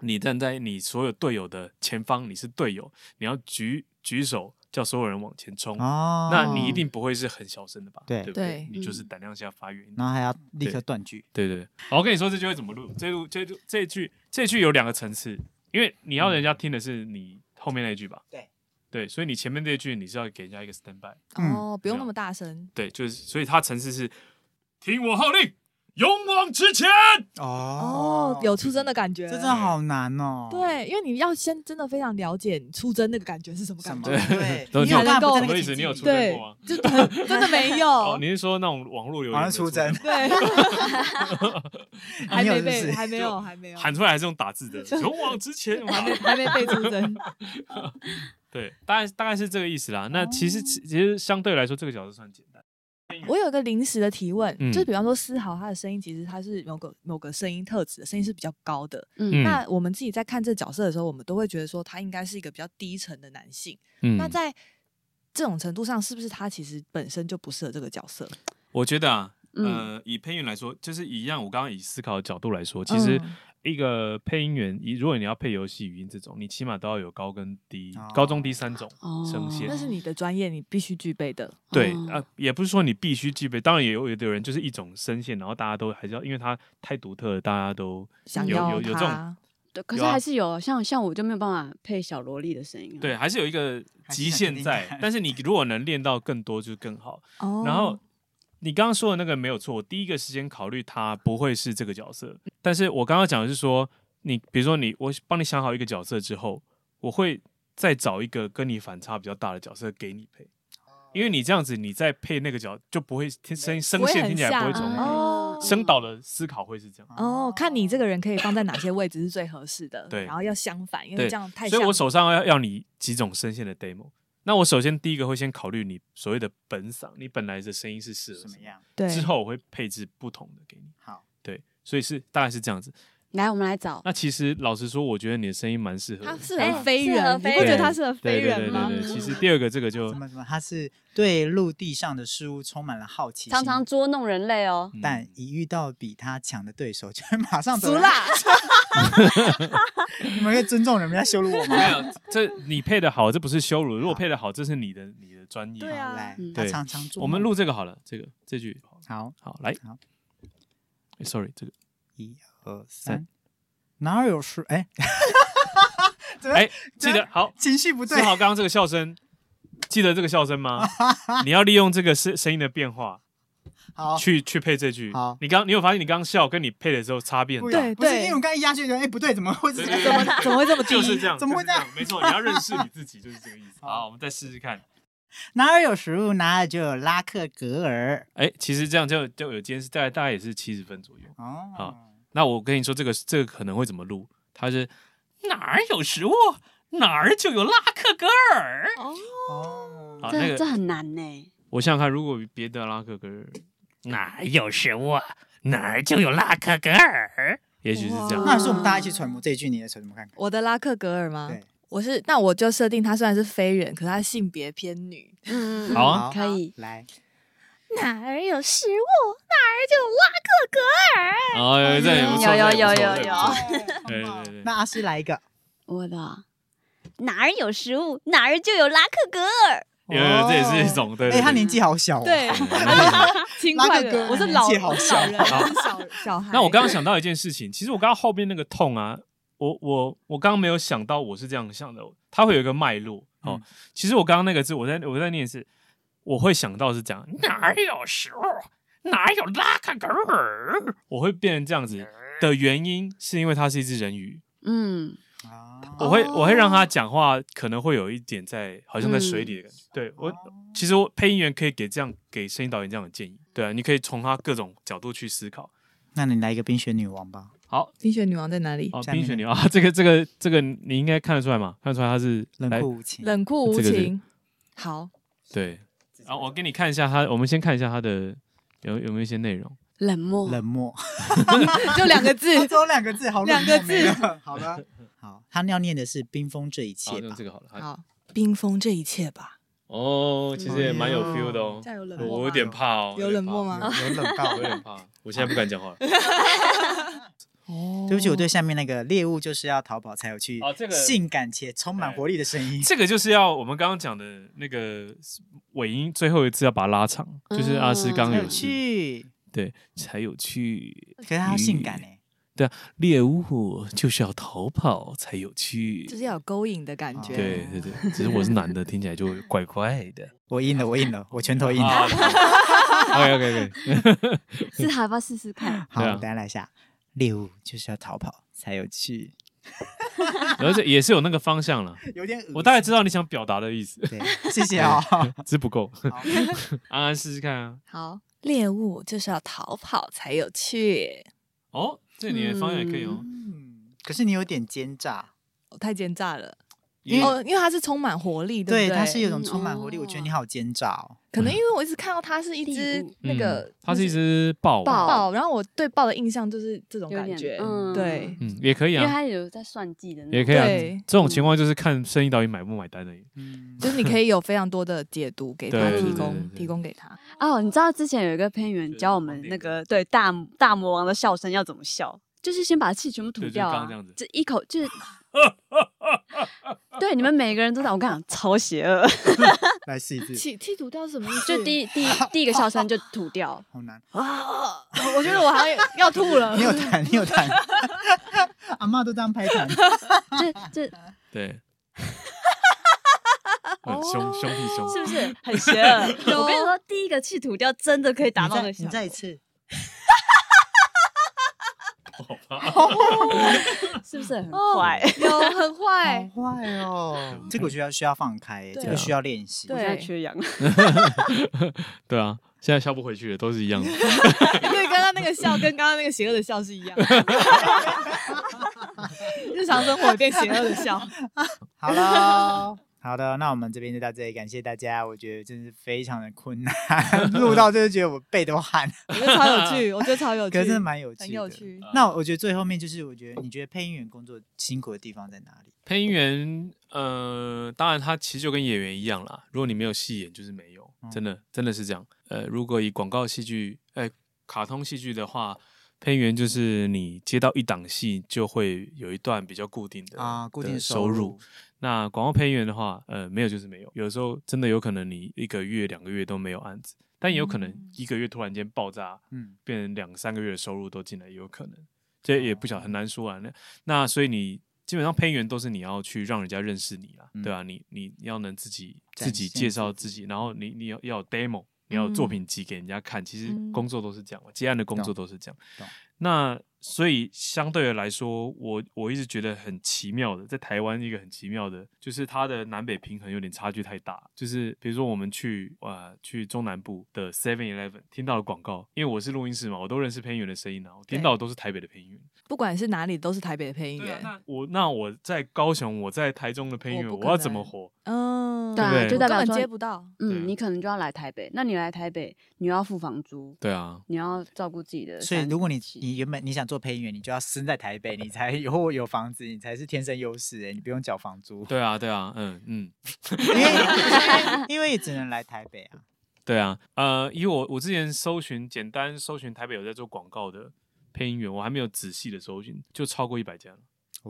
Speaker 3: 你站在你所有队友的前方，你是队友，你要举举手叫所有人往前冲。
Speaker 2: 哦，
Speaker 3: 那你一，定不会是很小声的吧？
Speaker 2: 对
Speaker 3: 对不
Speaker 1: 对
Speaker 3: 你就是胆量下发言。
Speaker 2: 然后还要立刻
Speaker 3: 对
Speaker 2: 断句。
Speaker 3: 对对对，好我跟你说这句会怎么录？这录这录这句这句有两个层次，因为你要人家听的是你后面那一句吧？
Speaker 2: 对
Speaker 3: 对，所以你前面这一句你是要给人家一个 stand by。
Speaker 2: 嗯
Speaker 1: 哦，不用那么大声，
Speaker 3: 对，就是所以它层次是听我号令，勇往直前。
Speaker 1: 哦，有出征的感觉，
Speaker 2: 这真的好难哦。
Speaker 1: 对，因为你要先真的非常了解你出征那个感觉是什么
Speaker 2: 什
Speaker 1: 感
Speaker 2: 么？
Speaker 1: 觉，
Speaker 2: 对
Speaker 3: 都
Speaker 2: 你
Speaker 1: 你
Speaker 2: 有
Speaker 1: 有
Speaker 2: 干
Speaker 1: 看
Speaker 2: 过
Speaker 1: 过
Speaker 2: 那
Speaker 1: 这
Speaker 3: 我
Speaker 2: 个
Speaker 3: 以
Speaker 2: 情
Speaker 3: 为你有
Speaker 2: 境
Speaker 3: 出征
Speaker 1: 对
Speaker 3: 过吗？
Speaker 1: 就很真的没
Speaker 3: 哦
Speaker 1: 有，，
Speaker 3: 你是说那种网络有
Speaker 2: 好像出征，
Speaker 1: 对，还
Speaker 2: 你
Speaker 1: 没
Speaker 2: 有是不是
Speaker 1: 被，还没有，还没有，
Speaker 3: 喊出来还是用打 字的，勇往直前。
Speaker 1: 还没还没被出 征，
Speaker 3: 对，大概大概是这个意思啦。那其
Speaker 1: 哦
Speaker 3: 实其实相对来说，这个角色算简单。
Speaker 1: 我有一个临时的提问，
Speaker 3: 嗯
Speaker 1: 就是比方说思豪他的声音，其实他是某个某个声音特质的声音是比较高的。
Speaker 5: 嗯
Speaker 1: 那我们自己在看这角色的时候，我们都会觉得说他应该是一个比较低沉的男性。
Speaker 3: 嗯
Speaker 1: 那在这种程度上，是不是他其实本身就不适合这个角色？
Speaker 3: 我觉得啊，
Speaker 5: 嗯
Speaker 3: 呃，以配音员来说，就是一样。我刚刚以思考的角度来说，其实
Speaker 1: 嗯
Speaker 3: 一个配音员，以如果你要配游戏语音这种，你起码都要有高跟低
Speaker 2: 哦、
Speaker 3: 高中低三种声
Speaker 5: 哦
Speaker 3: 线
Speaker 1: 那。是你的专业，你必须具备的。
Speaker 3: 对
Speaker 5: 哦，
Speaker 3: 呃，也不是说你必须具备，当然也有有的人就是一种声线，然后大家都还是要，因为它太独特了，大家都
Speaker 1: 想
Speaker 3: 有
Speaker 1: 要
Speaker 3: 有有这种
Speaker 1: 他
Speaker 5: 对，可
Speaker 3: 有
Speaker 5: 是
Speaker 3: 啊
Speaker 5: 还是有，像像我就没有办法配小萝莉的声音、啊。
Speaker 3: 对，，还是有一个
Speaker 2: 还是
Speaker 3: 极
Speaker 2: 想
Speaker 3: 限
Speaker 2: 听
Speaker 3: 在
Speaker 2: 看，
Speaker 3: 但是你如果能练到更多就更好。
Speaker 1: 哦
Speaker 3: 然后你刚刚说的那个没有错，我第一个时间考虑他不会是这个角色，但是我刚刚讲的是说，你比如说你我帮你想好一个角色之后，我会再找一个跟你反差比较大的角色给你配，
Speaker 1: 哦
Speaker 3: 因为你这样子你再配那个角就不会听声音声
Speaker 1: 不会
Speaker 3: 线
Speaker 1: 很
Speaker 3: 听起来不会
Speaker 1: 像
Speaker 3: 重
Speaker 5: 啊
Speaker 3: 合，
Speaker 1: 哦
Speaker 3: 声导的思考会是这样。
Speaker 1: 哦，看你这个人可以放在哪些位置是最合适的，
Speaker 3: 对
Speaker 1: 然后要相反，因为
Speaker 3: 对
Speaker 1: 这样太
Speaker 3: 所以
Speaker 1: 像
Speaker 3: 我手上要要你几种声线的 demo。那我首先第一个会先考虑你所谓的本嗓，你本来的声音是适合
Speaker 2: 什么？样？
Speaker 1: 对
Speaker 3: 之后我会配置不同的给你。
Speaker 2: 好，
Speaker 3: 对，所以是大概是这样子。
Speaker 5: 来，我们来找。
Speaker 3: 那其实老实说，我觉得你的声音蛮适合的。
Speaker 1: 他适
Speaker 5: 哎
Speaker 1: 合飞
Speaker 5: 适合
Speaker 1: 人，你
Speaker 5: 飞
Speaker 1: 不觉得
Speaker 3: 人
Speaker 1: 他适合飞
Speaker 3: 对对对
Speaker 1: 人吗？嗯
Speaker 3: 对对，其实第二个这个就
Speaker 2: 什么什么？他是对陆地上的事物充满了好奇心，
Speaker 5: 常常捉弄人类哦，
Speaker 3: 嗯
Speaker 2: 但一遇到比他强的对手，就会马上走
Speaker 1: 俗
Speaker 3: 啊
Speaker 2: 人
Speaker 1: 辣。
Speaker 2: 你们可以尊重人家羞辱我吗？
Speaker 3: 没有这你配的好，这不是羞辱。如果配的好，这是你的你的专业。
Speaker 1: 对啊
Speaker 2: 好来
Speaker 5: 嗯，
Speaker 2: 他
Speaker 3: 对
Speaker 2: 常常做。
Speaker 3: 我们录这个好了，这个这句
Speaker 2: 好，
Speaker 3: 好来
Speaker 2: 好。
Speaker 3: 哎 Sorry，这个
Speaker 2: 一二三，哪有事？哎，
Speaker 3: 哎，记得好，
Speaker 2: 情绪不
Speaker 3: 志
Speaker 2: 对，
Speaker 3: 豪刚刚这个笑声，记得这个笑声吗？你要利用这个声声音的变化
Speaker 2: 好，
Speaker 3: 去去配这句
Speaker 2: 好。
Speaker 3: 你刚你有发现你刚刚笑跟你配的时候差别很
Speaker 2: 不一
Speaker 3: 大
Speaker 1: 对
Speaker 2: 样，不是
Speaker 1: 对
Speaker 2: 因为我刚才压下去，哎，不对，怎么会是
Speaker 3: 对
Speaker 2: 这
Speaker 3: 对
Speaker 2: 样？
Speaker 3: 对对
Speaker 1: 怎么会这么低？
Speaker 3: 就是这样，
Speaker 2: 怎么会
Speaker 3: 就是样？没错，你要认识你自己就是这个意思。
Speaker 2: 好
Speaker 3: 好，我们再试试看。
Speaker 2: 哪儿有食物，哪儿就有拉克格尔。
Speaker 3: 哎，其实这样就就有今天是大概大概也是七十分左右。
Speaker 2: 哦，
Speaker 3: 好那我跟你说，这个这个可能会怎么录？他是哪儿有食物，哪儿就有拉克格尔。
Speaker 2: 哦，
Speaker 3: 好，那
Speaker 5: 这这
Speaker 3: 个
Speaker 5: 很难呢、
Speaker 3: 我想想看，如果别的拉克格尔，
Speaker 4: 哪儿有食物，哪儿就有拉克格尔。
Speaker 3: 也许是这样。
Speaker 2: 那还是我们大家一起揣摩这一句，你的揣摩看看。
Speaker 1: 我的拉克格尔吗
Speaker 2: 对？
Speaker 1: 我是，那我就设定她虽然是非人，可是她性别偏女。
Speaker 5: 嗯，嗯
Speaker 3: 好啊
Speaker 5: 嗯可以。
Speaker 2: 来，
Speaker 1: 哪儿有食物，哪儿就有拉克格尔。
Speaker 3: 哦，这也不错，
Speaker 5: 有有
Speaker 3: 这也不错
Speaker 5: 有有有
Speaker 3: 对对对对
Speaker 2: 那阿诗来一个，
Speaker 5: 我的啊哪儿有食物，哪儿就有拉克格尔。
Speaker 3: 有有有，这也是一种对。
Speaker 2: 哎，
Speaker 3: 对
Speaker 2: 他
Speaker 3: 对
Speaker 2: 年纪好小哦。
Speaker 1: 对，
Speaker 3: 啊
Speaker 1: 轻快
Speaker 2: 拉克格尔
Speaker 1: 的，我是老
Speaker 2: 年纪好
Speaker 1: 我是
Speaker 2: 小
Speaker 1: 老人，我是小小孩。
Speaker 3: 那我刚刚想到一件事情，其实我刚刚后面那个痛啊，我我我刚刚没有想到我是这样想的，它会有一个脉络哦。
Speaker 2: 嗯
Speaker 3: 其实我刚刚那个字，我在我在念是，我会想到是这样，
Speaker 4: 哪儿有食物，哪儿有拉克格尔。
Speaker 3: 我会变成这样子的原因，是因为它是一只人鱼，
Speaker 5: 嗯，
Speaker 2: 啊，
Speaker 3: 我会
Speaker 1: 哦
Speaker 3: 我会让它讲话，可能会有一点在好像在水里的感觉。
Speaker 2: 嗯
Speaker 3: 对我，
Speaker 2: 哦
Speaker 3: 其实我配音员可以给这样给声音导演这样的建议，对啊，你可以从他各种角度去思考。
Speaker 2: 那你来一个冰雪女王吧，
Speaker 3: 好，
Speaker 1: 冰雪女王在哪里？
Speaker 3: 哦，
Speaker 2: 下面
Speaker 3: 冰雪牛啊，这个这个这个你应该看得出来嘛？看得出来他是
Speaker 2: 冷
Speaker 3: 来
Speaker 2: 酷无情。
Speaker 1: 冷酷无
Speaker 3: 这个是
Speaker 1: 情。好，
Speaker 3: 对，然后我给你看一下它，我们先看一下它的有有没有一些内容。
Speaker 5: 冷漠。
Speaker 2: 冷漠，。
Speaker 1: 就两个字
Speaker 2: 哦只有两个字，好冷漠
Speaker 1: 两个字
Speaker 2: 没了好了，好，他要念的是冰封这一
Speaker 3: 好，
Speaker 2: 切
Speaker 3: 用
Speaker 2: 吧
Speaker 3: 这。个好了。好
Speaker 1: 好，冰封这一切吧。
Speaker 3: 哦，其实也蛮有 feel 的哦
Speaker 1: 这。样有冷漠吗
Speaker 3: 我有点怕哦，
Speaker 1: 有冷漠吗
Speaker 2: 有有冷到
Speaker 3: 有点怕？有点怕，我现在不敢讲 话了。
Speaker 1: 哦
Speaker 2: 对不起，我对下面那个猎物就是要淘宝才有去
Speaker 3: 哦这个
Speaker 2: 性感且充满活力的声音。
Speaker 3: 这个就是要我们刚刚讲的那个尾音最后一次要把它拉长，就是阿诗 刚
Speaker 2: 很有
Speaker 3: 有
Speaker 1: 嗯
Speaker 3: 去，
Speaker 2: 趣，
Speaker 3: 对，才有去
Speaker 2: 可是它要性感哎、
Speaker 3: 猎物就是要逃跑才有趣。
Speaker 1: 就是要有勾引的感觉。
Speaker 3: 对对对，只是我是男的，听起来就怪怪 的。啊
Speaker 2: 我硬了，我硬了，我拳头硬了。
Speaker 3: OK OK OK，
Speaker 5: 是好吧，试试看。
Speaker 2: 好，
Speaker 3: 对啊
Speaker 2: 大家来一下，猎物就是要逃跑才有趣，
Speaker 3: 然后这也是有那个方向了。
Speaker 2: 有点恶心
Speaker 3: 我大概知道你想表达的意思，
Speaker 2: 对，谢谢哦。好
Speaker 3: 只不够。安安试试看啊。
Speaker 1: 好，猎物就是要逃跑才有趣。
Speaker 3: 哦，这你的方向也可以哦。
Speaker 2: 嗯，可是你有点奸诈，
Speaker 1: 我太奸诈了，
Speaker 3: 因为
Speaker 1: 哦，因为它是充满活力，不
Speaker 2: 对，
Speaker 1: 对？
Speaker 2: 它是有种充满活力，
Speaker 5: 嗯
Speaker 2: 我觉得你好奸诈哦。
Speaker 1: 可能因为我一直看到它是一只
Speaker 5: 猎物
Speaker 1: 那个
Speaker 3: 嗯，它是一只豹吧，
Speaker 5: 豹
Speaker 1: 豹，然后我对豹的印象就是这种
Speaker 5: 有
Speaker 1: 感
Speaker 5: 点
Speaker 1: 觉，
Speaker 5: 嗯
Speaker 1: 对，
Speaker 3: 嗯，也可以
Speaker 5: 因为
Speaker 3: 啊，
Speaker 5: 他有在算计的那种。
Speaker 3: 也可以啊。
Speaker 1: 对
Speaker 3: 这种情况就是看生意导演买不买单而已。
Speaker 2: 嗯，
Speaker 1: 就是你可以有非常多的解读给他，
Speaker 3: 对
Speaker 1: 提
Speaker 3: 对
Speaker 1: 供
Speaker 3: 对对
Speaker 1: 提供给他。
Speaker 5: 哦，你知道之前有一个片员教我们那个对大大魔王的笑声要怎么笑，就是先把气全部吐
Speaker 3: 对就
Speaker 5: 掉
Speaker 3: 刚
Speaker 5: 啊
Speaker 3: 刚这样子，
Speaker 5: 这一口就是。对，你们每个人都在，我跟你讲，超邪恶。
Speaker 2: 来试一次，
Speaker 1: 气气吐掉什么意思
Speaker 5: 就第一第一第一个笑声就吐 掉，
Speaker 2: 好难。
Speaker 1: 啊，我觉得我还要吐了
Speaker 2: 你。有弹，你有弹， 阿嬷都这样拍 弹。
Speaker 5: 这 这
Speaker 3: 对， 很凶凶屁凶，
Speaker 5: 是不是很 邪恶？我跟你说，第一个气吐掉真的可以达到那
Speaker 2: 你再
Speaker 5: 个效
Speaker 2: 你
Speaker 5: 果
Speaker 2: 再一次，
Speaker 5: 是不是很坏？
Speaker 1: 有很
Speaker 2: 好
Speaker 1: 坏，
Speaker 2: 坏哦。这个我觉得需要放开耶，
Speaker 1: 对
Speaker 2: 这个需要练习。
Speaker 5: 我
Speaker 1: 对
Speaker 5: 现在缺氧。
Speaker 3: 对啊，现在笑不回去了，都是一样的。
Speaker 1: 对，刚刚那个笑跟刚刚那个邪恶的 笑是一样，日常生活变邪恶的笑。
Speaker 2: 好了，好的，那我们这边就到这里，感谢大家。我觉得真是非常的困难， 录到真的觉得我背都汗，
Speaker 1: 我觉得超有趣，我觉得超有
Speaker 2: 可
Speaker 1: 趣，
Speaker 2: 是真的蛮有趣的。
Speaker 1: 很有趣。
Speaker 2: 那我觉得最后面就是，我觉得你觉得配音员工作辛苦的地方在哪里？
Speaker 3: 配音员，呃，当然他其实就跟演员一样啦。如果你没有戏演，就是没有，
Speaker 2: 嗯
Speaker 3: 真的真的是这样。呃，如果以广告戏剧，呃，卡通戏剧的话，配音员就是你接到一档戏就会有一段比较固定的
Speaker 2: 啊，固定
Speaker 3: 的收
Speaker 2: 入。
Speaker 3: 那广告配音员的话，呃，没有就是没有，有时候真的有可能你一个月、两个月都没有案子，但也有可能一个月突然间爆炸，
Speaker 2: 嗯，
Speaker 3: 变成两三个月的收入都进来，也有可能，这也
Speaker 2: 哦
Speaker 3: 不晓很难说啊。那那所以你基本上配音员都是你要去让人家认识你啦，
Speaker 2: 嗯
Speaker 3: 对啊，你你你要能自己
Speaker 2: 展
Speaker 3: 自己
Speaker 2: 现嗯
Speaker 3: 介绍自己，然后你你要要有 demo，你要有作品集给人家看。其实工作都是这样嘛，接案的工作都是这样
Speaker 2: 懂。
Speaker 3: 那所以相对的来说，我我一直觉得很奇妙的，在台湾一个很奇妙的，就是它的南北平衡有点差距太大。就是比如说我们去呃去中南部的 Seven Eleven 听到的广告，因为我是录音师嘛，我都认识配音员的声音啊，我
Speaker 1: 对
Speaker 3: 听到的都是台北的配 音员。
Speaker 1: 不管是哪里都是台北的配音
Speaker 3: 对啊
Speaker 1: 员，，
Speaker 3: 那我那我在高雄，我在台中的配音员，
Speaker 1: 我不
Speaker 3: 我
Speaker 1: 可
Speaker 3: 要怎
Speaker 1: 能
Speaker 3: 么活？
Speaker 1: 嗯，
Speaker 5: 对
Speaker 3: 啊
Speaker 1: 我
Speaker 3: 对就
Speaker 5: 代
Speaker 1: 根
Speaker 5: 表
Speaker 1: 本
Speaker 5: 说
Speaker 1: 接不到。
Speaker 3: 对
Speaker 5: 嗯，你可能就要来台北，那你来台北，你又要付房租，
Speaker 3: 对啊，
Speaker 5: 你要照顾自己的
Speaker 2: 所
Speaker 5: 三
Speaker 2: 以，
Speaker 5: 餐起。
Speaker 2: 如果你你原本你想做配音员，你就要生在台北，你才有有房子，你才是天生优势哎，你不用缴房租，
Speaker 3: 对啊，对啊，嗯嗯，
Speaker 2: 因为因为 因为也只能来台北啊。
Speaker 3: 对啊，呃，以我我之前搜寻简单搜寻台北有在做广告的配音员，我还没有仔细的搜寻，就超过一百家了。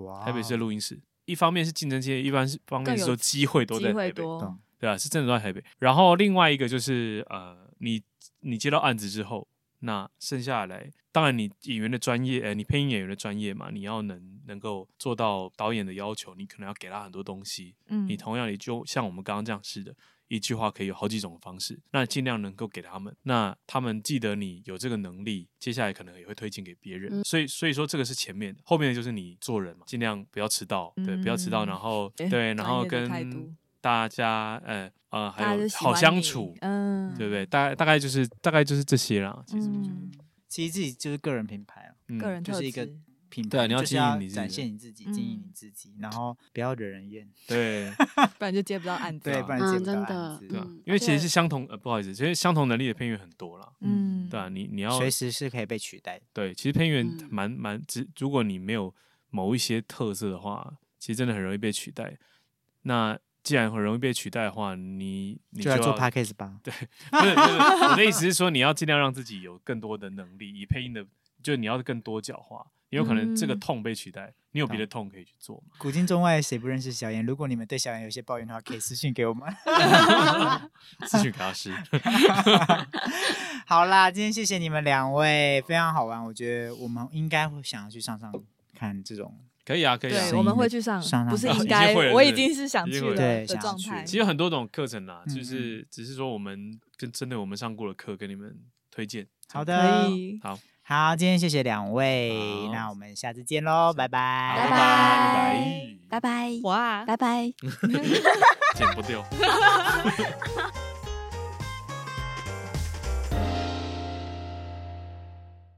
Speaker 2: 哇
Speaker 3: 台北市的录音室，一方面是竞争激烈，一般是方面
Speaker 1: 啊更
Speaker 3: 是
Speaker 1: 有
Speaker 3: 说机会多在
Speaker 1: 机
Speaker 3: 台
Speaker 1: 会
Speaker 3: 北，
Speaker 1: 多
Speaker 2: 懂，
Speaker 3: 对啊，是真的都在台北。然后另外一个就是呃，你你接到案子之后，那剩下来，当然你演员的专业，呃，你配音演员的专业嘛，你要能能够做到导演的要求，你可能要给他很多东西，
Speaker 1: 嗯
Speaker 3: 你同样你就像我们刚刚这样试的，一句话可以有好几种方式，那尽量能够给他们，那他们记得你有这个能力，接下来可能也会推荐给别人。
Speaker 5: 嗯
Speaker 3: 所以所以说这个是前面的，后面的就是你做人嘛，尽量不要迟到，对，不要迟到，
Speaker 1: 嗯
Speaker 3: 然后
Speaker 1: 对
Speaker 3: 对，然
Speaker 1: 专
Speaker 3: 后
Speaker 1: 业的态度
Speaker 3: 跟大家呃呃
Speaker 1: 大
Speaker 3: 还
Speaker 1: 家
Speaker 3: 有
Speaker 1: 就喜
Speaker 3: 好
Speaker 1: 欢
Speaker 3: 相
Speaker 1: 你
Speaker 3: 处，
Speaker 1: 嗯，
Speaker 3: 对不对？大大概就是大概就是这些啦，其实我觉得
Speaker 1: 嗯，
Speaker 2: 其实自己就是个人品牌了，
Speaker 3: 嗯
Speaker 1: 个人
Speaker 2: 就
Speaker 1: 特
Speaker 2: 是一个
Speaker 1: 质
Speaker 2: 品牌，
Speaker 3: 对啊你要
Speaker 2: 就是
Speaker 3: 经营
Speaker 2: 要
Speaker 3: 你自己
Speaker 2: 展
Speaker 3: 的
Speaker 2: 现你自己，经营你
Speaker 1: 嗯
Speaker 2: 自己，然后不要惹人厌，
Speaker 3: 对。
Speaker 1: 不然就接不到案子。
Speaker 3: 啊
Speaker 2: 对，啊不然
Speaker 5: 嗯
Speaker 2: 接不到
Speaker 5: 真
Speaker 2: 案
Speaker 5: 的
Speaker 2: 子。
Speaker 3: 对啊
Speaker 5: 嗯，
Speaker 3: 因为其实
Speaker 1: 对
Speaker 3: 是相同，呃，不好意思，其实相同能力的配音员很多啦。
Speaker 1: 嗯，
Speaker 3: 对啊，你你要
Speaker 2: 随时是可以被取代的。
Speaker 3: 对，其实配音员
Speaker 5: 嗯
Speaker 3: 蛮蛮，只如果你没有某一些特色的话，其实真的很容易被取代。那既然很容易被取代的话，你你
Speaker 2: 就
Speaker 3: 要
Speaker 2: 来做 podcast 吧。
Speaker 3: 不是不是，我的意思是说，你要尽量让自己有更多的能力，以配音的，就你要更多角化。你有可能这个
Speaker 1: 嗯
Speaker 3: 痛被取代，你有别的痛可以去做 嘛？
Speaker 2: 古今中外谁不认识小妍？如果你们对小妍有些抱怨的话，可以私信给我们。
Speaker 3: 咨询给他师，
Speaker 2: 好啦，今天谢谢你们两位，非常好玩。我觉得我们应该会想要去上上看这种，
Speaker 3: 可以啊，可以啊
Speaker 1: 对，
Speaker 2: 声。
Speaker 1: 我们
Speaker 2: 音
Speaker 1: 会
Speaker 2: 的
Speaker 1: 去上
Speaker 2: 上，
Speaker 1: 不
Speaker 2: 上
Speaker 1: 是
Speaker 2: 课
Speaker 1: 应
Speaker 2: 已经
Speaker 1: 该
Speaker 3: 会了，
Speaker 1: 我
Speaker 3: 对
Speaker 1: 已经是想
Speaker 3: 已经
Speaker 1: 去
Speaker 3: 会了
Speaker 1: 的
Speaker 2: 对
Speaker 1: 的
Speaker 2: 想要
Speaker 1: 状
Speaker 2: 去
Speaker 1: 态。
Speaker 3: 其实很多种课程啦，
Speaker 2: 嗯
Speaker 3: 就
Speaker 2: 嗯
Speaker 3: 是只是说我们跟针对我们上过的课跟你们推荐。
Speaker 2: 好
Speaker 1: 可
Speaker 2: 的，
Speaker 1: 以，
Speaker 3: 好，
Speaker 2: 好，今天谢谢两位
Speaker 3: 好，
Speaker 2: 那我们下次见喽，拜拜，
Speaker 3: 好
Speaker 5: 拜
Speaker 3: 拜
Speaker 5: 拜
Speaker 3: 拜拜，啊
Speaker 5: 拜拜，
Speaker 1: 哇，
Speaker 5: 拜拜。
Speaker 3: 剪不掉。